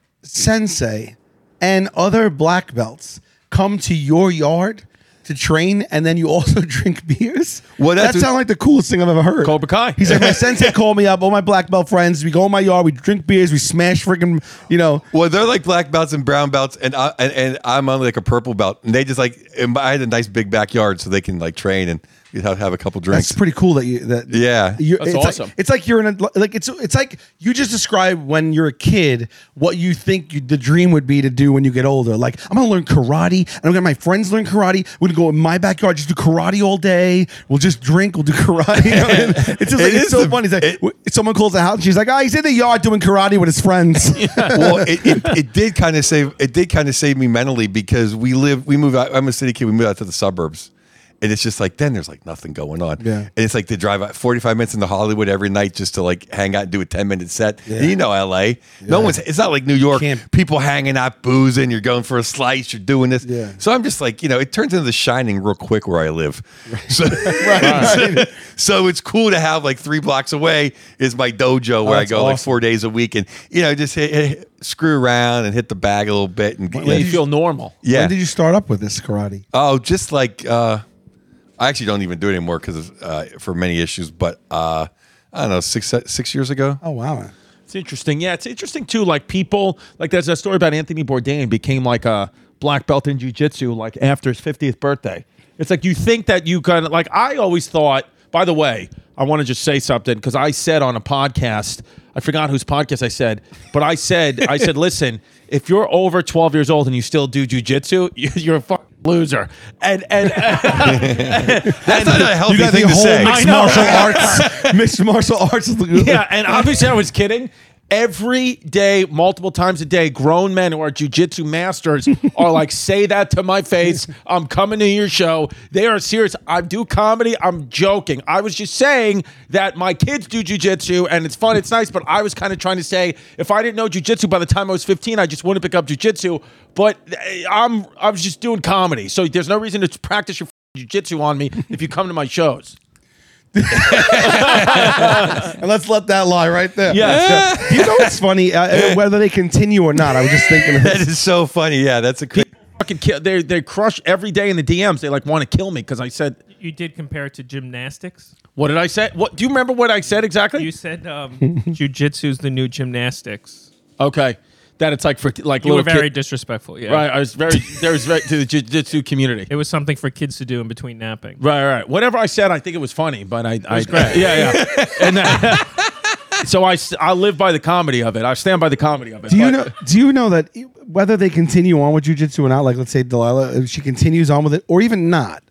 sensei and other black belts come to your yard to train and then you also drink beers?
Well, that's
that
what-
sounds like the coolest thing I've ever heard.
Cobra Kai.
He's like, my sensei called me up, all my black belt friends. We go in my yard, we drink beers, we smash freaking, you know.
Well, they're like black belts and brown belts, and I and, and I'm only like a purple belt, and they just like and I had a nice big backyard, so they can like train and You'd have, have a couple drinks.
That's pretty cool that you that
Yeah.
you
That's
it's like-
awesome.
it's like you're in a like it's it's like you just described when you're a kid what you think you, the dream would be to do when you get older. Like I'm gonna learn karate and I'm gonna my friends learn karate. We're gonna go in my backyard just do karate all day. We'll just drink. We'll do karate. You know, and it's just
It
like it's
is
so
the-
funny. It's like
it-
w- someone calls the house and she's like, "Ah, he's in the yard doing karate with his friends."
well, it, it, it did kind of save it did kind of save me mentally because we live we move out. I'm a city kid. We moved out to the suburbs, and it's just like then there's like nothing going on.
Yeah.
and it's like to drive out 45 minutes into Hollywood every night just to like hang out and do a 10 minute set. And you know, LA, no one's. It's not like New York.
Can't-
People hanging out, boozing. You're going for a slice. You're doing this.
Yeah.
So I'm just like you know, it turns into The Shining real quick where I live. So, so it's cool to have like three blocks away is my dojo where I
Oh, that's
go like
awesome.
four four days a week and you know just hit, hit- screw around and hit the bag a little bit and
Yeah, you feel normal.
yeah
When did you start up with this karate?
oh just like uh i actually don't even do it anymore because uh for many issues but uh i don't know six six years ago
Oh wow.
It's interesting. Yeah, it's interesting too. Like people, like there's a story about Anthony Bourdain became like a black belt in jujitsu like after his 50th birthday. It's like you think that you kind of like I always thought. By the way, I want to just say something because I said on a podcast, I forgot whose podcast I said, but I said, I said, listen, if you're over 12 years old and you still do jujitsu, you- you're a fucking loser. And and
that's not a healthy
You got the
thing to
whole
say
I
mixed
know.
martial arts. mixed martial arts.
yeah, and obviously I was kidding. Every day, multiple times a day, grown men who are jujitsu masters are like, say that to my face. I'm coming to your show. They are serious. I do comedy. I'm joking. I was just saying that my kids do jujitsu and it's fun, it's nice, but I was kind of trying to say if I didn't know jujitsu by the time I was 15, I just wouldn't pick up jujitsu. But eh, I'm I was just doing comedy. So there's no reason to practice your jujitsu on me if you come to my shows.
And let's let that lie right there.
Yes.
Yeah. Do you know what's funny? Uh, whether they continue or not, I was just thinking. Of
that
this.
is so funny yeah that's a cra-
fucking kill. They they crush every day in the DMs. They like want to kill me because I said
You did compare it to gymnastics.
what did I say? What do you remember what I said exactly?
You said um, jujitsu's the new gymnastics.
okay, that it's like for like
You
little
were very
kid-
disrespectful. Yeah,
right. I was very there was very to the jiu-jitsu community.
It was something for kids to do in between napping.
Right, right. Whatever I said, I think it was funny, but I, I yeah, yeah. And that, so I s- I live by the comedy of it. I stand by the comedy of it.
do you
but-
know? Do you know that whether they continue on with jujitsu or not? Like, let's say Delilah, if she continues on with it, or even not.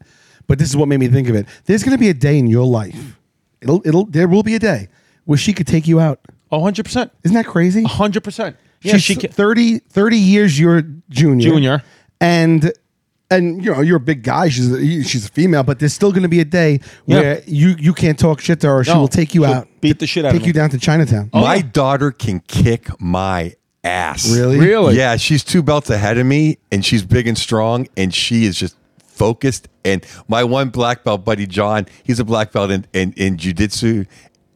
But this is what made me think of it. There's going to be a day in your life. It'll. It'll. There will be a day where she could take you out.
Oh, 100 percent,
Isn't that crazy?
hundred percent. Yeah,
She's
she can.
30, 30 years your junior.
Junior.
And and you know, you're a big guy, she's a, she's a female, but there's still going to be a day where you you can't talk shit to her or she
No,
will take you
she'll
out.
beat the shit out of Oh.
Take you
me.
down to Chinatown.
my daughter can kick my ass
Really?
Really?
yeah she's two belts ahead of me and she's big and strong and she is just focused and my one black belt buddy john he's a black belt in in, in jiu-jitsu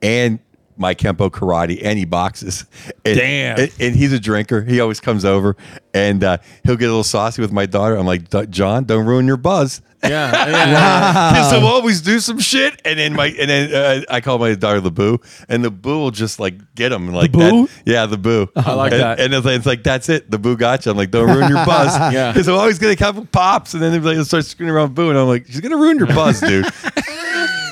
and my kempo karate and he boxes and,
Damn.
and, and he's a drinker he always comes over and uh, he'll get a little saucy with my daughter i'm like "D- john don't ruin your buzz
Yeah, yeah, yeah.
because they'll always do some shit, and then my and then uh, I call my daughter the boo, and the boo will just like get him like
Boo?
That, yeah, the boo. I
like
and,
that.
And it's like, it's like, that's it, the boo got you. I'm like, don't ruin your buzz.
Yeah.
because I'm always gonna couple pops, and then they'll like, start screwing around boo, and I'm like, she's gonna ruin your buzz, dude.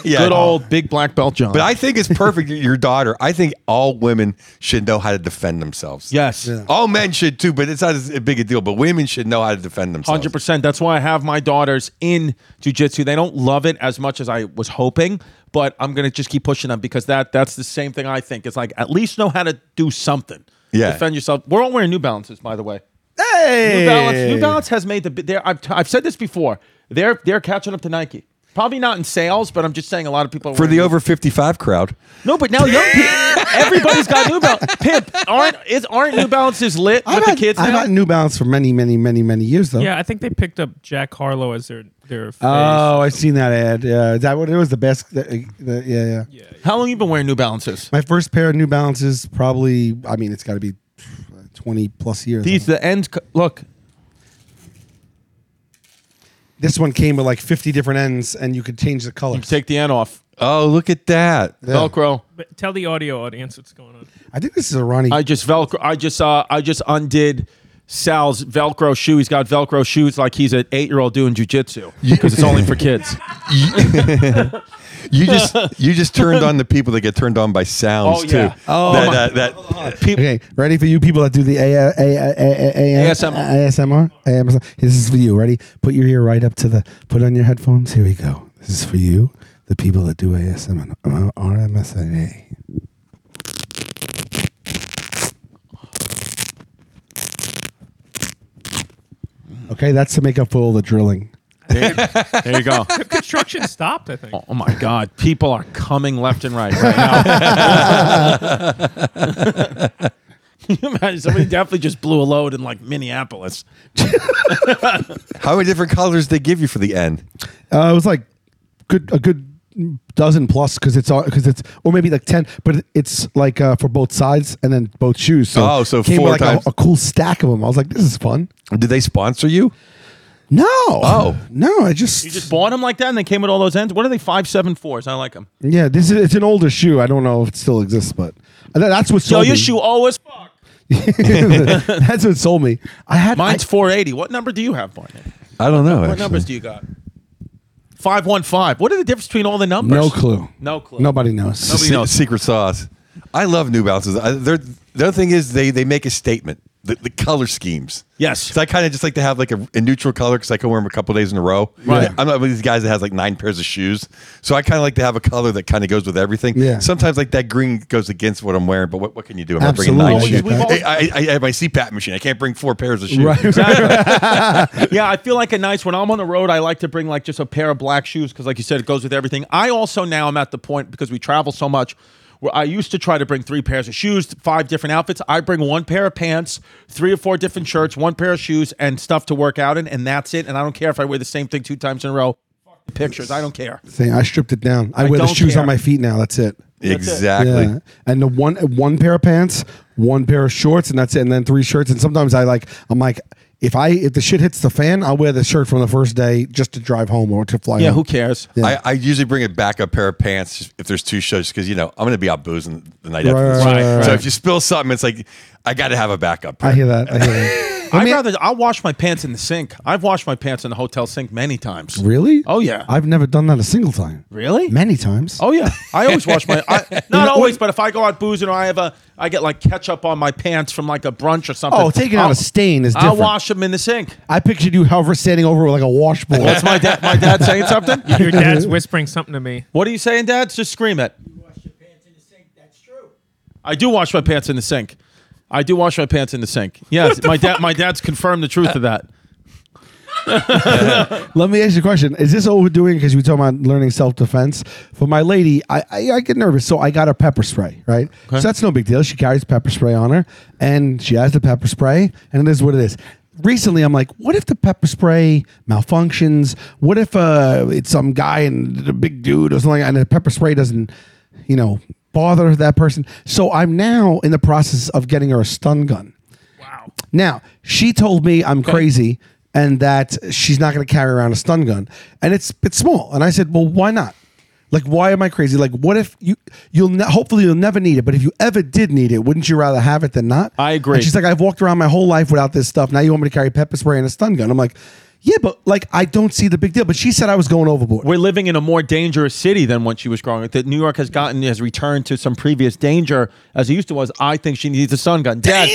yeah,
Good old big black belt, John.
But I think it's perfect. Your daughter. I think all women should know how to defend themselves.
yes.
All men should too, but it's not as big a deal. But women should know how to defend themselves.
Hundred percent. That's why I have my daughters in jujitsu. They don't love it as much as I was hoping, but I'm gonna just keep pushing them because that that's the same thing I think. It's like at least know how to do something.
Yeah. Eh.
defend yourself. We're all wearing New Balances, by the way.
Hey!
New Balance. New Balance has made the. They're, I've I've said this before. They're they're catching up to Nike. Probably not in sales, but I'm just saying a lot of people are
For the
wearing-
over 55 crowd,
No, but now young people, everybody's got New Balance. Pimp, aren't is aren't New Balances lit
I've
with
had,
the kids
I've
now?
had New Balance for many, many, many, many years though.
Yeah, I think they picked up Jack Harlow as their their. Face.
Oh, I've seen that ad. Yeah, is that what it was? The best. The, the, yeah, yeah, yeah.
How long you been wearing New Balances?
My first pair of New Balances, probably. I mean, it's got to be twenty plus years.
These the ends. co- Look,
this one came with like fifty different ends, and you could change the color.
take the end off.
oh look at that!
Velcro.
But tell the audio audience what's going on.
I think this is a Ronnie.
I just velcro. I just uh, I just undid Sal's Velcro shoe. He's got Velcro shoes like he's an eight year old doing jujitsu because it's only for kids.
You just you just turned on the people that get turned on by sounds
Oh,
too.
yeah.
Oh, that, that, that-
okay, ready for you people that do the A- A- A- A- A-
ASMR.
ASMR? ASMR. This is for you. Ready? Put your ear right up to the. Put on your headphones. Here we go. This is for you. The people that do ASMR. RMSNA. Okay, that's to make up for all the drilling.
There you go.
Construction stopped, I think.
Oh my God. People are coming left and right right now. Can you imagine somebody definitely just blew a load in like Minneapolis?
how many different colors they give you for the N?
Uh, it was like good a good dozen plus because it's because it's or maybe like ten, but it's like uh, for both sides and then both shoes. So
Oh, so
it came
four
with like
times.
a, a cool stack of them. I was like, this is fun.
Did they sponsor you?
No,
Oh.
no, I just,
You just bought them like that and they came with all those ends? What are they? Five, seven, fours. I like them.
yeah. This is it's an older shoe. I don't know if it still exists, but that, that's what
Yo,
sold
your
me.
shoe always fuck.
that's what sold me. I had
Mine's 480. What number do you have, Barney?
I don't know.
What numbers do you got? 515. What are the difference between all the
I-
numbers?
no clue.
No clue.
Nobody knows.
Nobody-
Se-
knows.
secret sauce. I love New Balances. I, their their thing is they they make a statement. The, the color schemes.
Yes.
So I kind of just like to have like a, a neutral color because I can wear them a couple days in a row.
Right.
I'm not one of these guys that has like nine pairs of shoes. So I kind of like to have a color that kind of goes with everything.
Yeah.
Sometimes like that green goes against what I'm wearing, but what, what can you do? I'm
Absolutely.
not
We've
bringing nine
always-
shoes. I, I, I have my CPAP machine. I can't bring four pairs of shoes.
Right.
yeah, I feel like a nice when I'm on the road, I like to bring like just a pair of black shoes because, like you said, it goes with everything. I also now am at the point because we travel so much. Where I used to try to bring three pairs of shoes, five different outfits. I bring one pair of pants, three or four different shirts, one pair of shoes, and stuff to work out in, and that's it. And I don't care if I wear the same thing two times in a row. Fuck the Pictures, I don't care.
Thing, I stripped it down. I, wear the
don't
shoes
care.
on my feet now. That's it.
Exactly.
Yeah. And the one one pair of pants, one pair of shorts, and that's it. And then three shirts. And sometimes I like I'm like if I if the shit hits the fan, I'll wear the shirt from the first day just to drive home or to fly.
Yeah,
home.
who cares?
I, I usually bring a backup pair of pants just if there's two shows because you know I'm going to be out boozing the night after.
Right,
this.
right,
So if you spill something, it's like I got to have a backup. Pair.
I hear that. I hear that.
I'd rather I'll wash my pants in the sink. I've washed my pants in the hotel sink many times.
really?
Oh, yeah.
I've never done that a single time.
Really?
Many times.
Oh yeah, I always wash my. I, not always, but if I go out boozing or I have a, I get like ketchup on my pants from like a brunch or something.
Oh, taking out
I'll-
a stain is
I'll
different.
wash them in the sink.
I pictured you, however, standing over with like a washboard.
That's my dad. My dad saying something.
Your dad's whispering something to me.
What are you saying, Dad? Just scream it. I do wash my pants in the sink. I do wash my pants in the sink. Yes, my dad. My dad's confirmed the truth of that.
Let me ask you a question. Is this overdoing because we were talking about learning self defense? For my lady, I, I, I get nervous, so I got her pepper spray, right? So that's no big deal. She carries pepper spray on her, and she has the pepper spray, and it is what it is. Recently, I'm like, what if the pepper spray malfunctions? What if uh, it's some guy and a big dude or something, like that, and the pepper spray doesn't, you know, bother that person? So I'm now in the process of getting her a stun gun. Now, she told me I'm crazy and that she's not going to carry around a stun gun and it's it's small. And I said, "Well, why not?" Like, why am I crazy? Like, what if you you'll ne- hopefully you'll never need it, but if you ever did need it, wouldn't you rather have it than not?
I agree.
And she's like, "I've walked around my whole life without this stuff. Now you want me to carry pepper spray and a stun gun?" I'm like, "Yeah, but like I don't see the big deal." But she said I was going overboard.
we're living in a more dangerous city than when she was growing up. That New York has gotten has returned to some previous danger as it used to was. I think she needs a stun gun. Dad,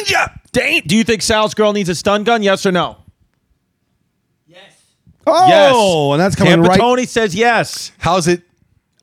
danger. do you think Sal's girl needs a stun gun? Yes or no?
oh,
yes.
and that's coming
Tampa
right.
Tony says yes.
How's it?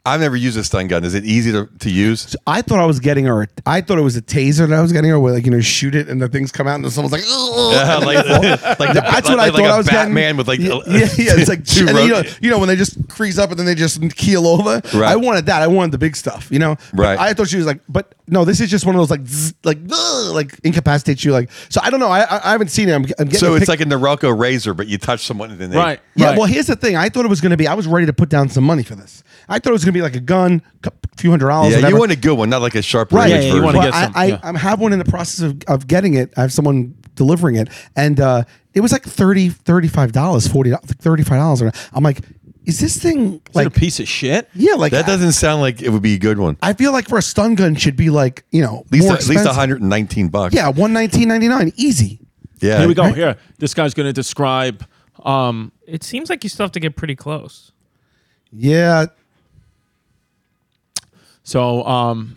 I've never used a stun gun. Is it easy to, to use?
I thought I was getting her. a- I thought it was a taser that I was getting her, where like you know, shoot it and the things come out, and then someone's like, "Ugh."
Yeah, like, like the-
That's what I
like-
thought
like a
I was getting.
Batman with like
yeah, yeah, yeah, it's like
two
and then, you, know,
rotating-
you know when they just crease up and then they just keel over.
Right.
I wanted that. I wanted the big stuff. You know. But
Right.
I thought she was like, but no, this is just one of those like zzz, like ugh, like incapacitates you like. So I don't know. I I, I haven't seen it. I'm, I'm getting
So
a
it's
pic-
like a Norelco razor, but you touch someone and then they,
Right.
yeah. Well, here's the thing. I thought it was going to be. I was ready to put down some money for this. I thought it was going to be like a gun, a few hundred dollars.
Yeah,
whatever.
you want a good one, not like a sharp
Right.
razor
Yeah, yeah, you wanna
version.
get
Well,
some,
I,
yeah.
I, I have one in the process of, of getting it. I have someone delivering it, and uh, it was like 30 $35, $40, $35. I'm like, is this thing
Like,
like,
a piece of shit.
yeah, like,
That doesn't sound like it would be a good one.
I, I feel like for a stun gun should be like, you know,
At least,
more
at least
expensive.
119 bucks.
Yeah, one nineteen ninety nine, easy.
Yeah.
Here we go. Here, this guy's going to describe. Um,
It seems like you still have to get pretty close.
Yeah.
so, um,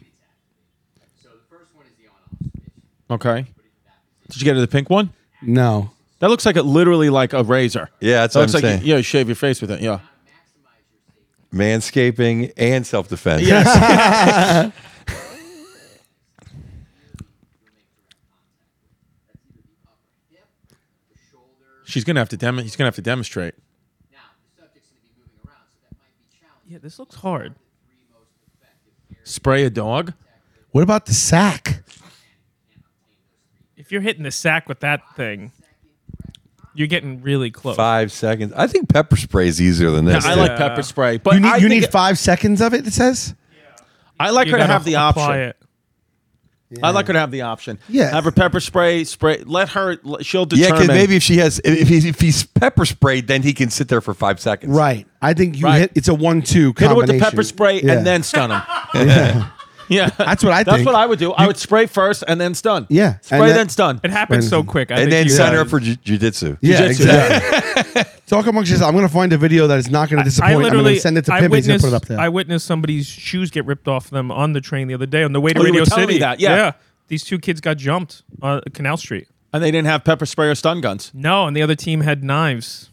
okay. Did you get to the pink one?
No.
That looks like it literally like a razor.
Yeah, that's
That
what
looks
I'm
like
saying.
you, yeah, you shave your face with it. Yeah.
Manscaping and self defense.
Yes. She's gonna have to dem- He's gonna have to demonstrate.
Yeah, this looks hard.
Spray a dog.
What about the sack?
If you're hitting the sack with that thing, you're getting really close.
Five seconds. I think pepper spray is easier than this.
I
dude.
like pepper spray, but
You need
I
you
think
need
it-
five seconds of it. It says.
I like
You
her to
gotta
have the
apply
option.
It.
I like her to have the option.
Yeah.
Have her pepper spray. Spray. Let her. l- She'll
Yeah,
determine.
because maybe if she has, if he's, if he's pepper sprayed, then he can sit there for five seconds.
Right. I think you
Right.
hit. It's a one-two
hit her with
combination.
the pepper spray
Yeah.
and then stun him. yeah.
That's what I
That's
think.
what I would do. I would spray first and then stun.
Yeah,
Spray
and
then,
then-
stun.
It happened so quick. I
And
think
then
you
sign her
guys-
up for ju- jujitsu.
Yeah,
Jujitsu.
exactly. Talk amongst yourself. I'm going to find a video that is not going to disappoint.
I
I'm
literally
going to send it to
I
Pimp. He's going to put it up
witnessed,
there.
I witnessed somebody's shoes get ripped off them on the train the other day on the way to
Oh, you were
Radio
telling me
City.
that, yeah.
These two kids got jumped on Canal Street.
And they didn't have pepper spray or stun guns.
No, and the other team had knives.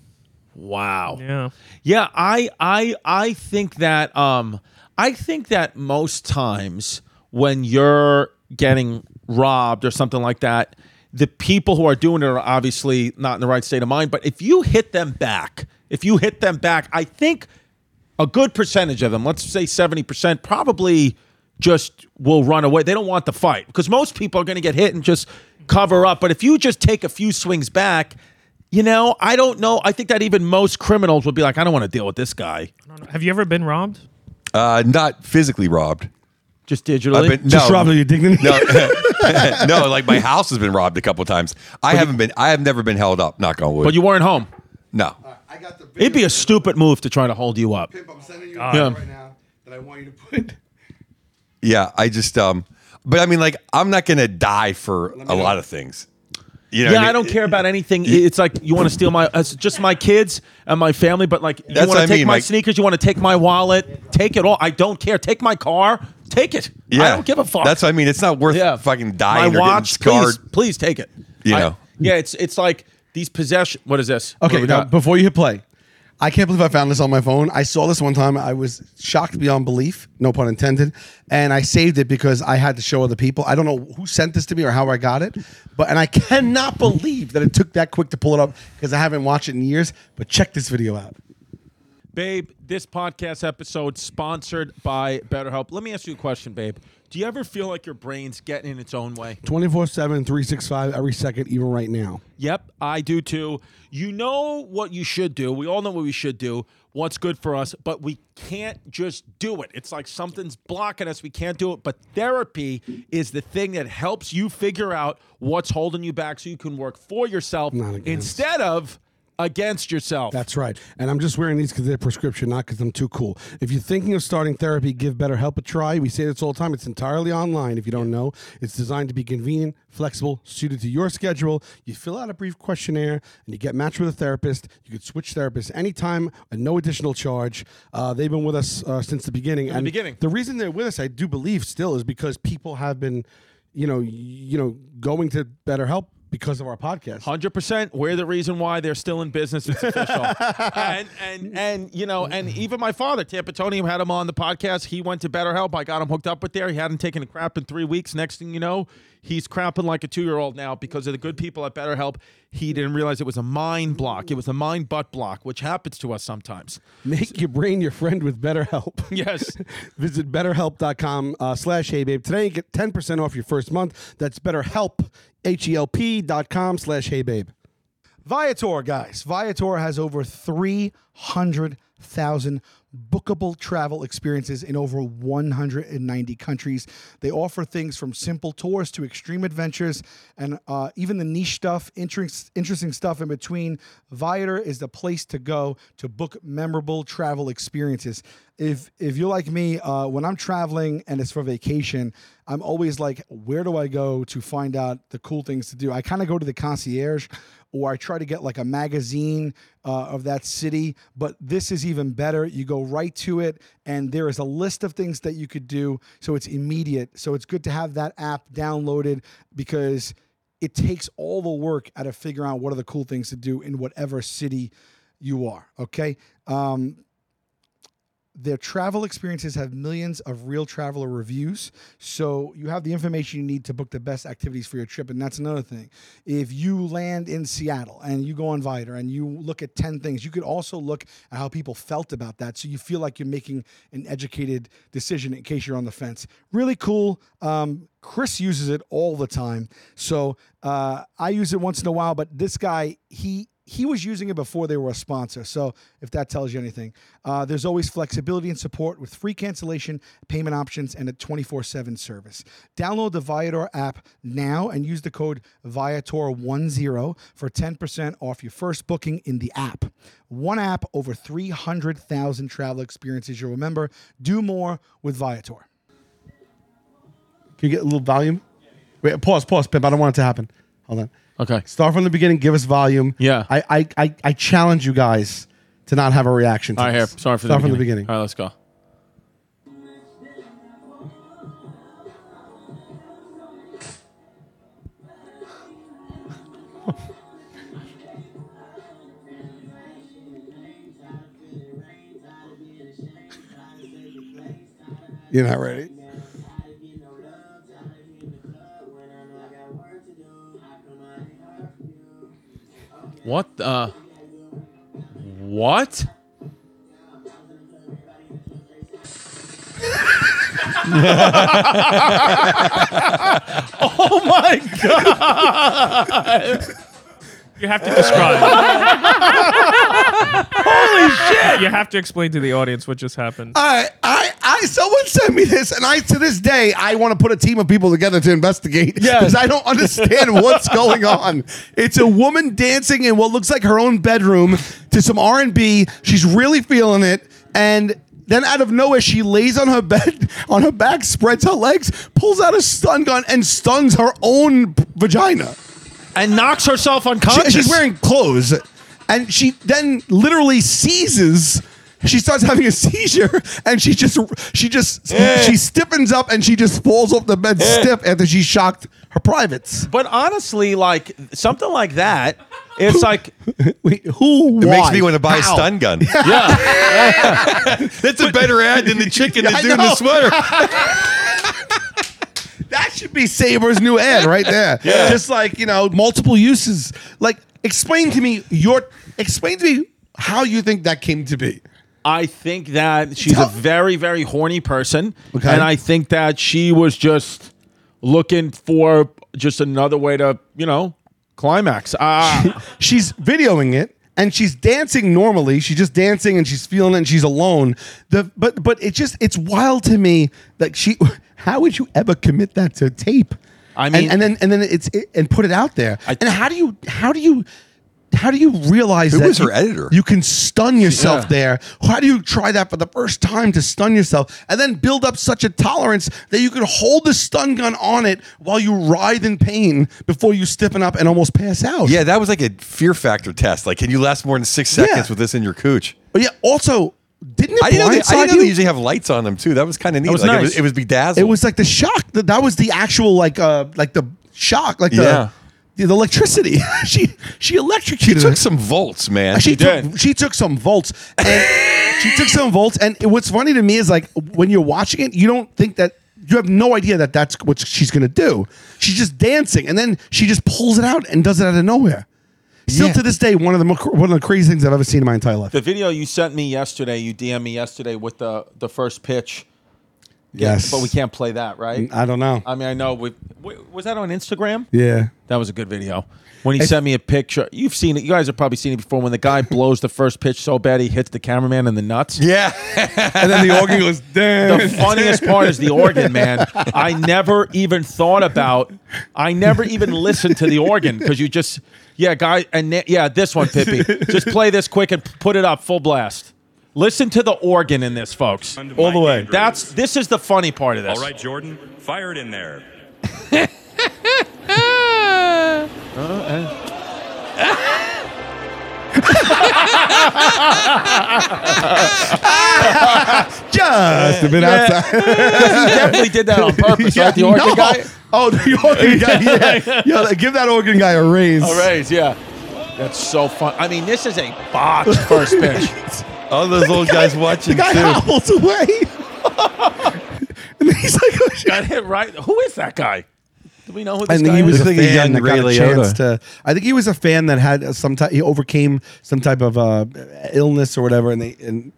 Wow.
Yeah.
Yeah, I I I think that um I think that most times when you're getting robbed or something like that, the people who are doing it are obviously not in the right state of mind, but if you hit them back, if you hit them back, I think a good percentage of them, let's say 70%, probably just will run away. They don't want the fight because most people are going to get hit and just cover up, but if you just take a few swings back, you know, I don't know. I think that even most criminals would be like, I don't want to deal with this guy.
I don't know. Have you ever been robbed?
Uh, not physically robbed.
Just digitally.
I've been-
Just
no.
robbed of your dignity.
No, no, like my house has been robbed a couple times. I haven't been. I have never been held up. Knock on wood.
but you weren't home.
no.
I got the
It'd be a stupid move to try to hold you up.
I'm sending you
video right
now that I want you to put.
Yeah, I just. Um, but I mean, like, I'm not gonna die for a lot of things. You know what
Yeah,
mean?
I don't care about anything. It's like you want to steal my, it's just my kids and my family, but like you
That's
want
what
to
I
take
mean,
my
like-
sneakers, you want to take my wallet, take it all. I don't care. Take my car, take it.
Yeah,
I don't give a fuck.
That's what I mean. It's not worth
yeah,
fucking dying
My
or
watch,
getting scarred.
please, please take it.
You
I-
know.
yeah, it's it's like these possession. What is this? What do
Okay,
we
now
got?
before you hit play, I can't believe I found this on my phone. I saw this one time. I was shocked beyond belief, no pun intended, and I saved it because I had to show other people. I don't know who sent this to me or how I got it, but and I cannot believe that it took that quick to pull it up because I haven't watched it in years. But check this video out.
Babe, this podcast episode sponsored by BetterHelp. Let me ask you a question, babe. Do you ever feel like your brain's getting in its own way?
24 7, 365, every second, even right now.
Yep, I do too. You know what you should do. We all know what we should do, what's good for us, but we can't just do it. It's like something's blocking us. We can't do it. But therapy is the thing that helps you figure out what's holding you back so you can work for yourself
Not against.
instead of against yourself.
That's right. And I'm just wearing these because they're prescription, not because I'm too cool. If you're thinking of starting therapy, give BetterHelp a try. We say this all the time. It's entirely online. If you don't know, it's designed to be convenient, flexible, suited to your schedule. You fill out a brief questionnaire and you get matched with a therapist. You could switch therapists anytime at no additional charge. Uh, they've been with us uh, since the beginning. and
beginning.
The reason they're with us, I do believe, still is because people have been, you know, y- you know, going to BetterHelp because of our podcast.
Hundred percent. We're the reason why they're still in business. It's official. and and and you know, and
Mm-hmm.
even my father, Tampatonium, had him on the podcast. He went to BetterHelp. I got him hooked up with there. He hadn't taken a crap in three weeks. Next thing you know, he's crapping like a two-year-old now because of the good people at BetterHelp. He didn't realize it was a mind block. It was a mind butt block, which happens to us sometimes.
Make your brain your friend with BetterHelp.
Yes.
Visit betterhelp.com uh, slash heybabe today and get 10% off your first month. That's betterhelp, H-E-L-P dot com slash heybabe. Viator, guys. Viator has over
300,000
bookable travel experiences in over 190 countries. They offer things from simple tours to extreme adventures and uh, even the niche stuff, interest, interesting stuff in between. Viator is the place to go to book memorable travel experiences. If if you're like me, uh, when I'm traveling and it's for vacation, I'm always like, where do I go to find out the cool things to do? I kind of go to the concierge or I try to get like a magazine uh, of that city. But this is even better. You go right to it, and there is a list of things that you could do. So it's immediate. So it's good to have that app downloaded because it takes all the work out of figuring out what are the cool things to do in whatever city you are. Okay. Um, their travel experiences have millions of real traveler reviews. So you have the information you need to book the best activities for your trip. And that's another thing. If you land in Seattle and you go on Viator and you look at 10 things, you could also look at how people felt about that. So you feel like you're making an educated decision in case you're on the fence. Really cool. Um, Chris uses it all the time. So uh, I use it once in a while, but this guy, he he was using it before they were a sponsor. So if that tells you anything, uh, there's always flexibility and support with free cancellation, payment options, and a 24 7 service. Download the Viator app now and use the code Viator10 for 10% off your first booking in the app. One app, over 300,000 travel experiences you'll remember. Do more with Viator. Can you get a little volume? Wait, pause, pause, Pip. I don't want it to happen. Hold on.
Okay.
Start from the beginning. Give us volume.
Yeah.
I I, I, I challenge you guys to not have a reaction. To
All right, here.
this.
Sorry for
Start
the
from
beginning.
the beginning.
All right, let's go.
You're not ready.
What the? What? oh my god!
You have to describe. Holy shit! You have to explain to the audience what just
Oh.
happened.
I, I, I, someone sent me this, and I, to this day, I want to put a team of people together to investigate because I don't understand what's going on. It's a woman dancing in what looks like her own bedroom to some R and B. She's really feeling it, and then out of nowhere, she lays on her bed, on her back, spreads her legs, pulls out a stun gun, and stuns her own p- vagina.
And knocks herself
She-
unconscious.
she's wearing clothes, and she then literally seizes. She starts having a seizure, and she just she just
Eh.
she stiffens up, and she just falls off the bed stiff after she shocked her privates.
But honestly, like something like that, it's like
Wait, who?
It makes me want to buy a stun gun.
yeah,
That's a better ad than the chicken
I
that's doing
know.
the sweater.
That should be Saber's new ad right there. yeah. Just like, you know, multiple uses. Like, explain to me your explain to me how you think that came to be.
I think that she's a very, very horny person,
Okay.
and I think that she was just looking for just another way to, you know, climax. Uh,
she's videoing it and she's dancing normally. She's just dancing and she's feeling it and she's alone. The but but it just it's wild to me that she how would you ever commit that to tape?
I
And-
mean-
and, then and then it's it, and put it out there.
I-
and how do you how do you how do you realize
Who
that
was her
you-
editor?
You can stun yourself
Yeah.
there. How do you try that for the first time to stun yourself and then build up such a tolerance that you can hold the stun gun on it while you writhe in pain before you stiffen up and almost pass out?
Yeah, that was like a fear factor test. Like, can you last more than six
Yeah.
seconds with this in your cooch?
But Oh, yeah, also, didn't it
I didn't know they, I
blindside
didn't know they
you?
usually have lights on them too. That was kind of neat.
was
like
nice.
it, was, it was bedazzled.
It was like the shock. That that was the actual like uh like the shock, like the
Yeah.
the, the electricity. she she
she
electrocuted.
took
it.
some volts, man.
She, took,
did.
she took some volts. And she took some volts. And it- what's funny to me is like when you're watching it, you don't think that you have no idea that that's what she's gonna do. She's just dancing, and then she just pulls it out and does it out of nowhere. Still
Yeah.
to this day, one of the mo- one of the craziest things I've ever seen in my entire life.
the video you sent me yesterday, you DM me yesterday with the the first pitch.
Yes.
but we can't play that, right?
I don't know.
I mean, I know. We, w- was that on Instagram?
yeah.
That was a good video. When he sent me a picture, you've seen it. You guys have probably seen it before. When the guy blows the first pitch so bad he hits the cameraman in the nuts.
Yeah.
And then the organ goes, damn.
The funniest part is the organ, man. I never even thought about. I never even listened to the organ because you just, yeah, guy, and na- yeah, this one, Pippi. Just play this quick and put it up full blast. Listen to the organ in this, folks.
All the way.
That's this is the funny part of this.
All right, Jordan, fire it in there.
Just a bit outside.
he definitely did that on purpose,
Yeah,
right? The organ
no.
guy.
Oh, the organ guy. Yeah. Yo, like, give that organ guy a raise.
All right, yeah. That's so fun. I mean, this is a botched first pitch.
All those old guys watching
The guy
too.
howls away. and he's like, oh, shit.
Got hit right. Who is that guy? Do we know who this
And
guy
he was
is?
a
Looks like a
fan
young
that got
Ray
a chance
Liotta.
to. I think he was a fan that had some type. He overcame some type of uh, illness or whatever, and they and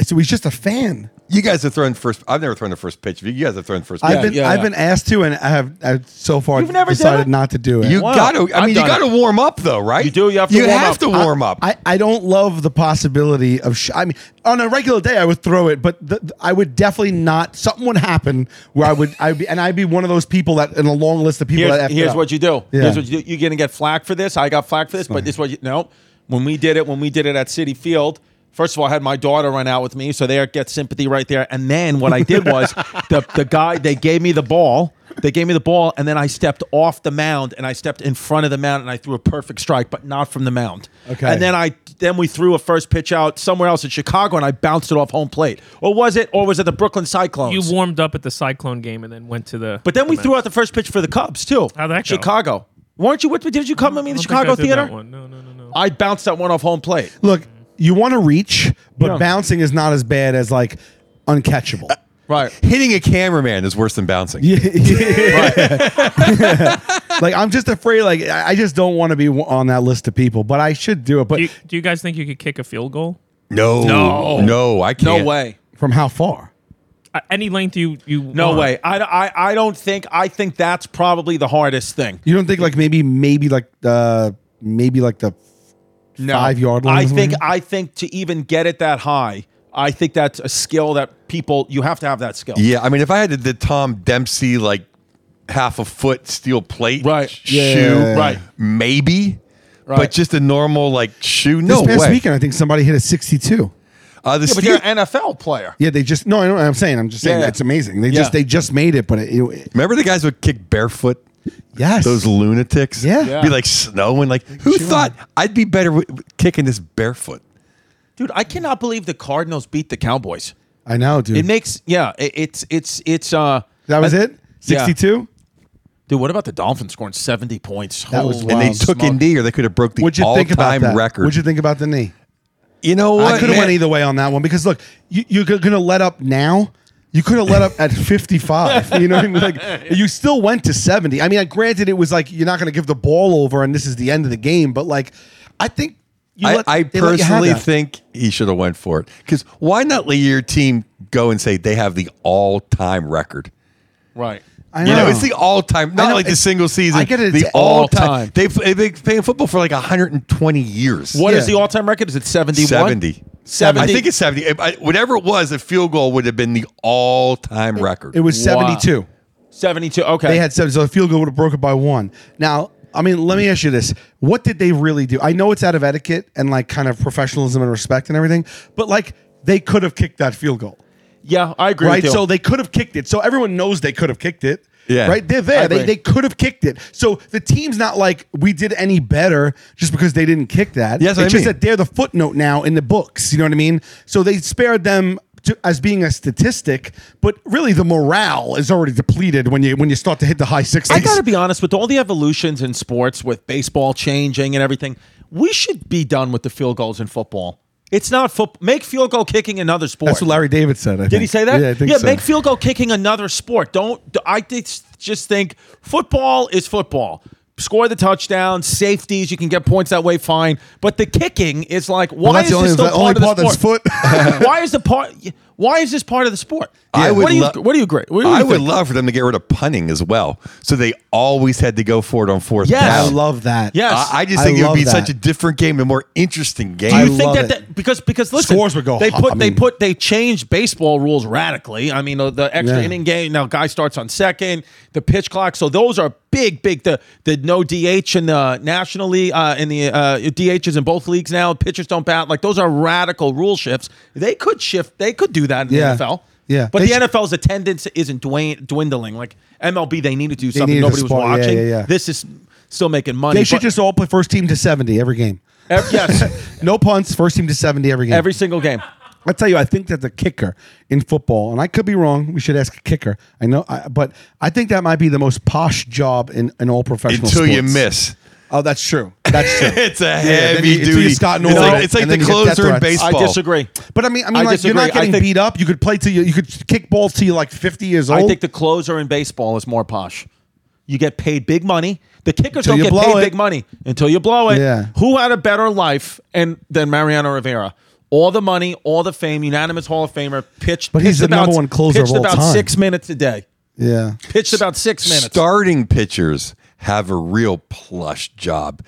so he's just a fan.
You guys have thrown first. I've never thrown the first pitch. You guys have thrown first.
I've
Pitch.
been
yeah,
I've
yeah.
been asked to, and I have I've so far
You've never done
decided
it?
not to do it.
You
Wow.
got to. I
I've
mean, you
done
got to
it.
warm up though, right?
You do, you have to
You
warm
have
up.
to
I-
warm up.
I, I don't love the possibility of. Sh- I mean, on a regular day, I would throw it, but the, I would definitely not. Something would happen where I would. I would be, and I'd be one of those people that in a long list of people.
Here's,
that F it
here's
up.
what you do.
Yeah.
Here's what you do. You're gonna get flack for this. I got flack for this, but this is what you no. When we did it, when we did it at City Field, first of all, I had my daughter run out with me, so there get sympathy right there. And then what I did was the the guy they gave me the ball. They gave me the ball, and then I stepped off the mound, and I stepped in front of the mound, and I threw a perfect strike, but not from the mound.
Okay.
And then I then we threw a first pitch out somewhere else in Chicago, and I bounced it off home plate. Or was it? Or was it the Brooklyn Cyclones?
You warmed up at the Cyclone game and then went to the.
But then we
the
threw
Mets.
out the first pitch for the Cubs too.
How'd that go?
Chicago. Weren't you? What did you come with me in
I
the
don't think I
Chicago
did that
theater?
one. No, no, no, no.
I bounced that one off home plate.
Look, you want to reach, but
Yeah.
bouncing is not as bad as like uncatchable.
Uh,
Right.
Hitting a cameraman is worse than bouncing.
like I'm just afraid. Like I I just don't want to be on that list of people, but I should do it. But
Do you, do you guys think you could kick a field goal?
No,
No.
no, I
No
can't.
way.
from how far?
Uh, any length you you
No
want.
way. I, I, I don't think. I think that's probably the hardest thing.
You don't think like maybe maybe like uh maybe like the
No.
Five yard line
I
or
think.
something?
I think to even get it that high, I think that's a skill that people. You have to have that skill.
Yeah, I mean, if I had the, the Tom Dempsey like half a foot steel plate,
Right.
Shoe,
Yeah.
Right.
Maybe,
Right.
but just a normal like shoe.
this
No
past
way.
weekend I think somebody hit a 62.
Uh, the
Yeah, but
steel-
you're an NFL player.
Yeah, they just no. I know what I'm saying. I'm just saying
Yeah.
it's amazing. They
Yeah.
just they just made it, but it, it-
remember the guys would kick barefoot.
yes,
Those lunatics.
Yeah. Yeah.
Be like snowing. Like who thought I'd be better w- w- kicking this barefoot?
Dude, I cannot believe the Cardinals beat the Cowboys.
I know, dude.
It makes. Yeah. It, it's. It's. It's. Uh.
that was
I-
it. 62.
Dude, what about the Dolphins scoring 70 points?
That was
Holy
And they
Wow,
took
smoke.
in D, or they could have broke the
What'd you think about
all-time
that?
record.
What'd you think about the knee?
You know what?
I could have
man?
went either way on that one because look, you, you're gonna let up now. You could have let up at 55. You know what I mean? Like you still went to 70. I mean, like, granted, it was like you're not gonna give the ball over, and this is the end of the game. But like, I think you
I,
let-
I
they let you have
personally
that.
think he should have went for it because why not let your team go and say they have the all-time record?
Right.
I
You know, it's the all-time,
I
not
know,
like the
it's-
single season.
I get it,
The
it's
all-time.
all-time. They've they've been playing football for like 120 years.
What is
Yeah.
the all-time record? Is it 71?
70.
70.
I think it's 70. If I- whatever it was, a field goal would have been the all-time record.
it was
Wow.
72.
72. Okay.
They had seven, so the field goal would have broken by one. Now, I mean, let me ask you this: What did they really do? I know it's out of etiquette and like kind of professionalism and respect and everything, but like they could have kicked that field goal.
yeah, I agree
right?
with you.
So they could have kicked it. So everyone knows they could have kicked it.
Yeah.
Right? They're
I
there. They,
agree.
they could have kicked it. So the team's not like we did any better just because they didn't kick that.
Yes,
it's
I
just
mean.
that they're the footnote now in the books. You know what I mean? So they spared them to, as being a statistic, but really the morale is already depleted when you when you start to hit the high sixties.
I got to be honest with all the evolutions in sports with baseball changing and everything. We should be done with the field goals in football. It's not football. Make field goal kicking another sport.
That's what Larry David said. I
Did he say that?
Yeah, I think so.
make field goal kicking another sport. Don't d- I thi- just think football is football. Score the touchdown, safeties, you can get points that way, fine. But the kicking is like, why
that's
is
the only-
this still
the
part
only
of the
part that's
sport? why is the part? Why is this part of the sport?
I would
what do you
lo-
what do you agree? What do you
I would
think?
love for them to get rid of punting as well. So they always had to go for it on fourth
Yes.
down.
I love that.
Yes.
I, I just think it would
love
be
that.
such a different game, a more interesting game.
Do you
I
think
love
that,
it.
that because because listen,
Scores would go
They
hot.
put
I
they
mean-
put they changed baseball rules radically. I mean, the, the extra
Yeah.
inning game now guy starts on second, the pitch clock. So those are big, big. The the no DH in the National League, uh, in the uh, DHs in both leagues now. Pitchers don't bat. Like those are radical rule shifts. They could shift. They could do that in
Yeah.
the NFL.
Yeah.
but
They
the
sh-
NFL's attendance isn't dwin- dwindling. Like MLB, they needed to do something.
needed to
Nobody was
support- yeah,
watching.
yeah, yeah.
This is still making money.
They should
but-
just all play first team to 70 every game.
ev- yes,
No punts, first team to 70 every game.
every single game.
I tell you, I think that the kicker in football, and I could be wrong. We should ask a kicker. I know, I, but I think that might be the most posh job in, in all professional
until you
sports.
miss.
Oh, that's true. That's true.
It's a
then
heavy
you- until you
duty.
Scott
it's
Norwood,
like, it's like
and then
the
you get death
closer in
threats. I
baseball.
I disagree.
But I mean, I mean,
I
like, you're
disagree.
not
I
getting
think-
beat up. You could play till you, you could kick balls till you're like 50 years old.
I think the closer in baseball is more posh. You get paid big money. The kickers
Until
don't
you
get
blow
paid
it.
big money until you blow it.
Yeah.
Who had a better life and than Mariano Rivera? All the money, all the fame, unanimous Hall of Famer, pitched.
But he's
pitched
the
about,
number one closer of
Pitched
all
about
time.
six minutes a day.
yeah.
Pitched about six minutes.
Starting pitchers have a real plush job.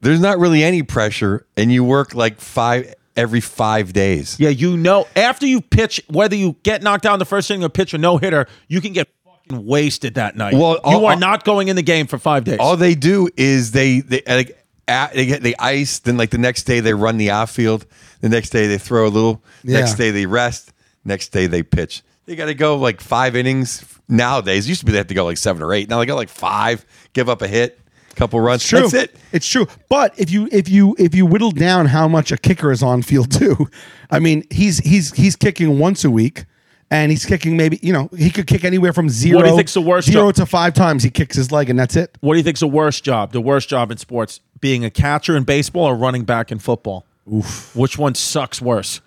There's not really any pressure, and you work like five every five days.
yeah, you know, after you pitch, whether you get knocked down the first inning or pitch a no hitter, you can get fucking wasted that night.
Well,
you
all-
are
all-
not going in the game for five days.
All they do is they they uh, like at, they get they ice. Then like the next day they run the outfield. The next day they throw a little. Next
Yeah.
day they rest. Next day they pitch. They got to go like five innings nowadays. Used to be they have to go like seven or eight. Now they go like five. Give up a hit, couple runs.
True.
That's it.
It's true. But if you if you if you whittle down how much a kicker is on field too, I mean he's he's he's kicking once a week, and he's kicking maybe you know he could kick anywhere from zero.
think's the worst
Zero
job?
to five times he kicks his leg and that's it.
What do you think's the worst job? The worst job in sports, being a catcher in baseball or running back in football? Oof. Which one sucks worse?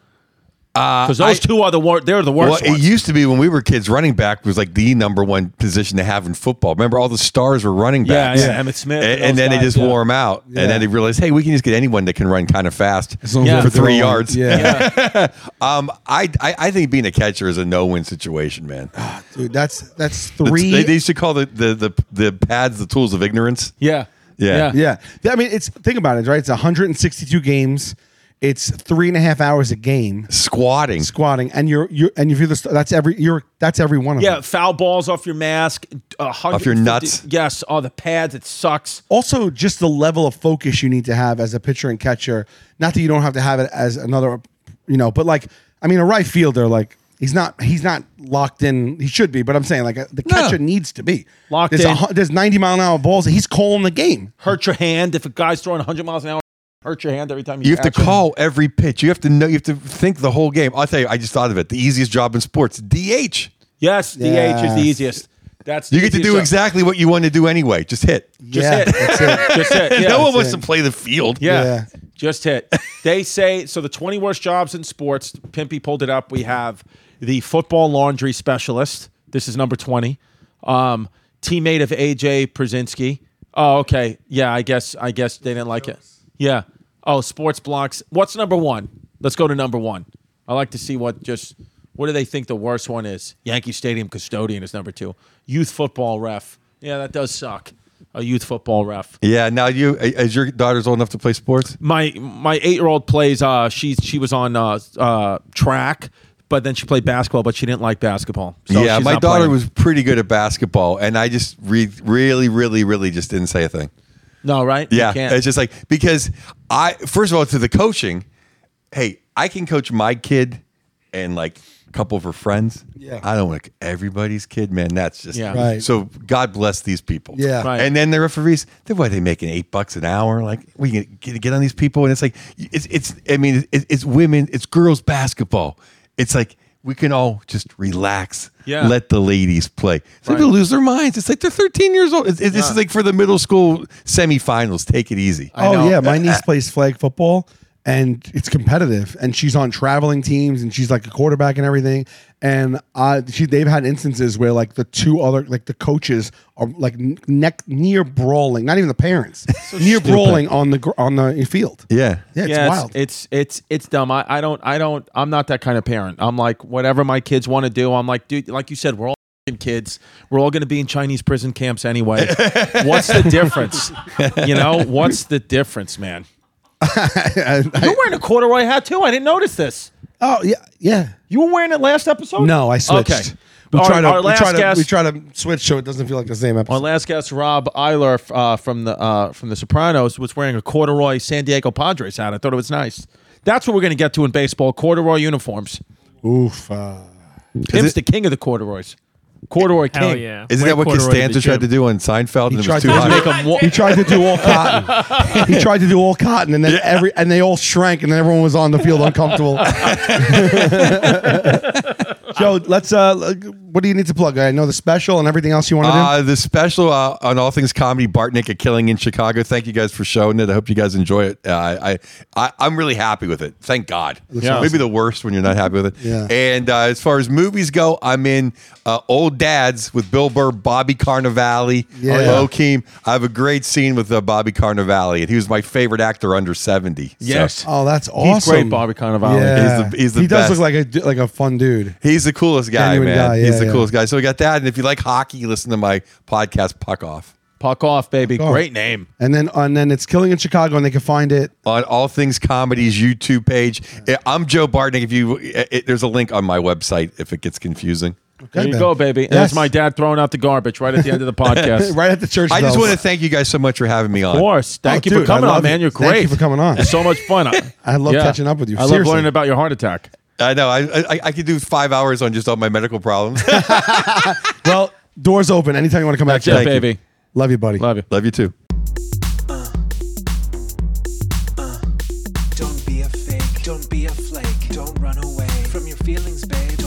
Because those
Uh, I-
two are the wor- they're the
Well,
worst
it
ones.
used to be when we were kids, running back was like the number one position to have in football. Remember, all the stars were running
Yeah,
backs.
yeah, Emmitt Smith
And,
and
and
those
then they
guys,
just
yeah.
wore them out. And then they realized, hey, we can just get anyone that can run kind of fast
long as
Yeah.
for
they're
three
throwing.
yards.
Yeah.
Um, I, I I think being a catcher is a no-win situation, man.
Dude, that's that's
The-
three.
They, they used to call the, the the the pads the tools of ignorance.
yeah.
Yeah.
yeah, Th- I mean it's think about it, right? It's 162 games. It's three and a half hours a game
Squatting.
squatting, and you're you are and if you're the st- that's every you're that's every one of
Yeah,
them.
foul balls off your mask. a hundred
Off your
and
nuts.
fifty- Yes, all the pads. It sucks.
also just the level of focus you need to have as a pitcher and catcher. Not that you don't have to have it as another, you know, but like I mean, a right fielder like he's not he's not locked in. He should be, but I'm saying like uh, the catcher needs to be
Locked
there's
in.
hu- there's 90 mile an hour balls. He's calling the game.
Hurt your hand if a guy's throwing 100 miles an hour. Hurt your hand every time you.
You have to
catch it.
call every pitch. You have to know. You have to think the whole game. I'll tell you. I just thought of it. The easiest job in sports, DH.
Yes, DH is the
Yes.
easiest. That's the
You get to
easiest
do
job.
exactly what you want to do anyway. Just hit.
Just
yeah,
hit.
that's it.
Just it. Yeah.
no one wants to play the field.
Yeah.
Yeah.
Just hit. They say so the 20 worst jobs in sports, Pimpy pulled it up. We have the football laundry specialist. This is number 20. Um, teammate of AJ Przinski. Oh, okay. Yeah, I guess I guess they didn't like it. Yeah. Oh, sports blocks. What's number 1? Let's go to number 1. I like to see what just what do they think the worst one is? Yankee Stadium custodian is number 2. Youth football ref. Yeah, that does suck. A youth football ref.
Yeah. Now you, as your daughter's old enough to play sports,
my my eight year old plays. Uh, she's she was on uh, uh, track, but then she played basketball, but she didn't like basketball. So
yeah,
she's
my
not
daughter
playing.
was pretty good at basketball, and I just re- really, really, really just didn't say a thing.
no right. You
Yeah,
can't.
it's just like because I first of all to the coaching, hey, I can coach my kid and like a couple of her friends. Yeah, I don't want everybody's kid, man. That's just
Yeah.
Right.
So God bless these people.
Yeah.
Right.
and then the referees, they're why they making eight bucks an hour. Like we can get, get on these people, and it's like it's it's. I mean, it's, it's women, it's girls basketball. It's like. We can all just relax.
Yeah.
Let the ladies play. So People lose their minds. It's like they're 13 years old. It's, it's, This is like for the middle school semifinals. Take it easy.
Uh,
Oh yeah, my niece plays flag football, and it's competitive and she's on traveling teams and she's like a quarterback and everything and uh, she, they've had instances where like the two other like the coaches are like n- neck near brawling not even the parents near brawling on the gr- on the field
Yeah.
yeah it's
yeah,
wild
It's, it's it's it's dumb. I, I don't I don't I'm not that kind of parent. I'm like whatever my kids want to do. I'm like dude, like you said, we're all f***ing kids. We're all going to be in Chinese prison camps anyway. what's the difference? You know, what's the difference, man? You're wearing a corduroy hat too. I didn't notice this.
oh yeah yeah
You were wearing it last episode.
no i switched
Okay.
we
Our-
try to
our
we
last
try to
guest-
we try to switch so it doesn't feel like the same episode
Our last guest, Rob Eiler uh, from the uh, from the Sopranos, was wearing a corduroy San Diego Padres hat. I thought it was nice. That's what we're going to get to in baseball: corduroy uniforms.
oof uh,
Tim's the king of the corduroys. Corduroy king.
Hell yeah.
Isn't
Wear
that what
corduroy to the
Costanza tried to
gym.
do on Seinfeld?
He
and it
tried
was too
to
hot.
Make 'em wa-
He tried to do all cotton. he tried to do all cotton, and then every and they all shrank, and then everyone was on the field uncomfortable. Joe, let's. Uh, what do you need to plug? I know the special and everything else you want to
Uh, the special uh, on all things comedy, Bartnick at Killing in Chicago. Thank you guys for showing it. I hope you guys enjoy it. Uh, I, I, I'm really happy with it. Thank God.
Yeah.
Maybe the worst when you're not happy with it.
Yeah.
And uh, as far as movies go, I'm in uh, Old Dads with Bill Burr, Bobby Carnivale,
Yeah.
Lokeem. I have a great scene with uh, Bobby Carnivale, and he was my favorite actor under 70. So
Yes.
do. Oh, that's awesome.
He's great, Bobby Cannavale.
Yeah.
He's the- he's the
he does
best.
look like a d- like a fun dude.
He's the coolest guy,
Genuine
man.
guy. Yeah,
He's the
yeah.
coolest guy. So we got that. And if you like hockey, listen to my podcast, Puck Off.
Puck off, baby.
off.
Great name.
And then and then it's killing in Chicago, and they can find it.
on all things comedy's YouTube page. I- I'm Joe Bartnick. If you, it, it- there's a link on my website if it gets confusing.
There you
man.
go, baby. And
Yes.
That's my dad throwing out the garbage right at the end of the podcast.
Right at the church.
I just
bells.
want to thank you guys so much for having me on.
Of course. Thank
Oh,
you
dude,
for coming
I
on,
love
man.
it.
You're
Thank you
great.
for coming on.
It's so much fun. I,
I love catching up with you.
I love
Seriously.
learning about your heart attack.
I know. I, I I could do five hours on just all my medical problems.
well, doors open anytime you want to come back.
Yeah,
Joe.
baby.
Love you, buddy.
Love you.
Love you too.
Don't be a fake, don't be a flake, don't run away from your feelings, babe. Don't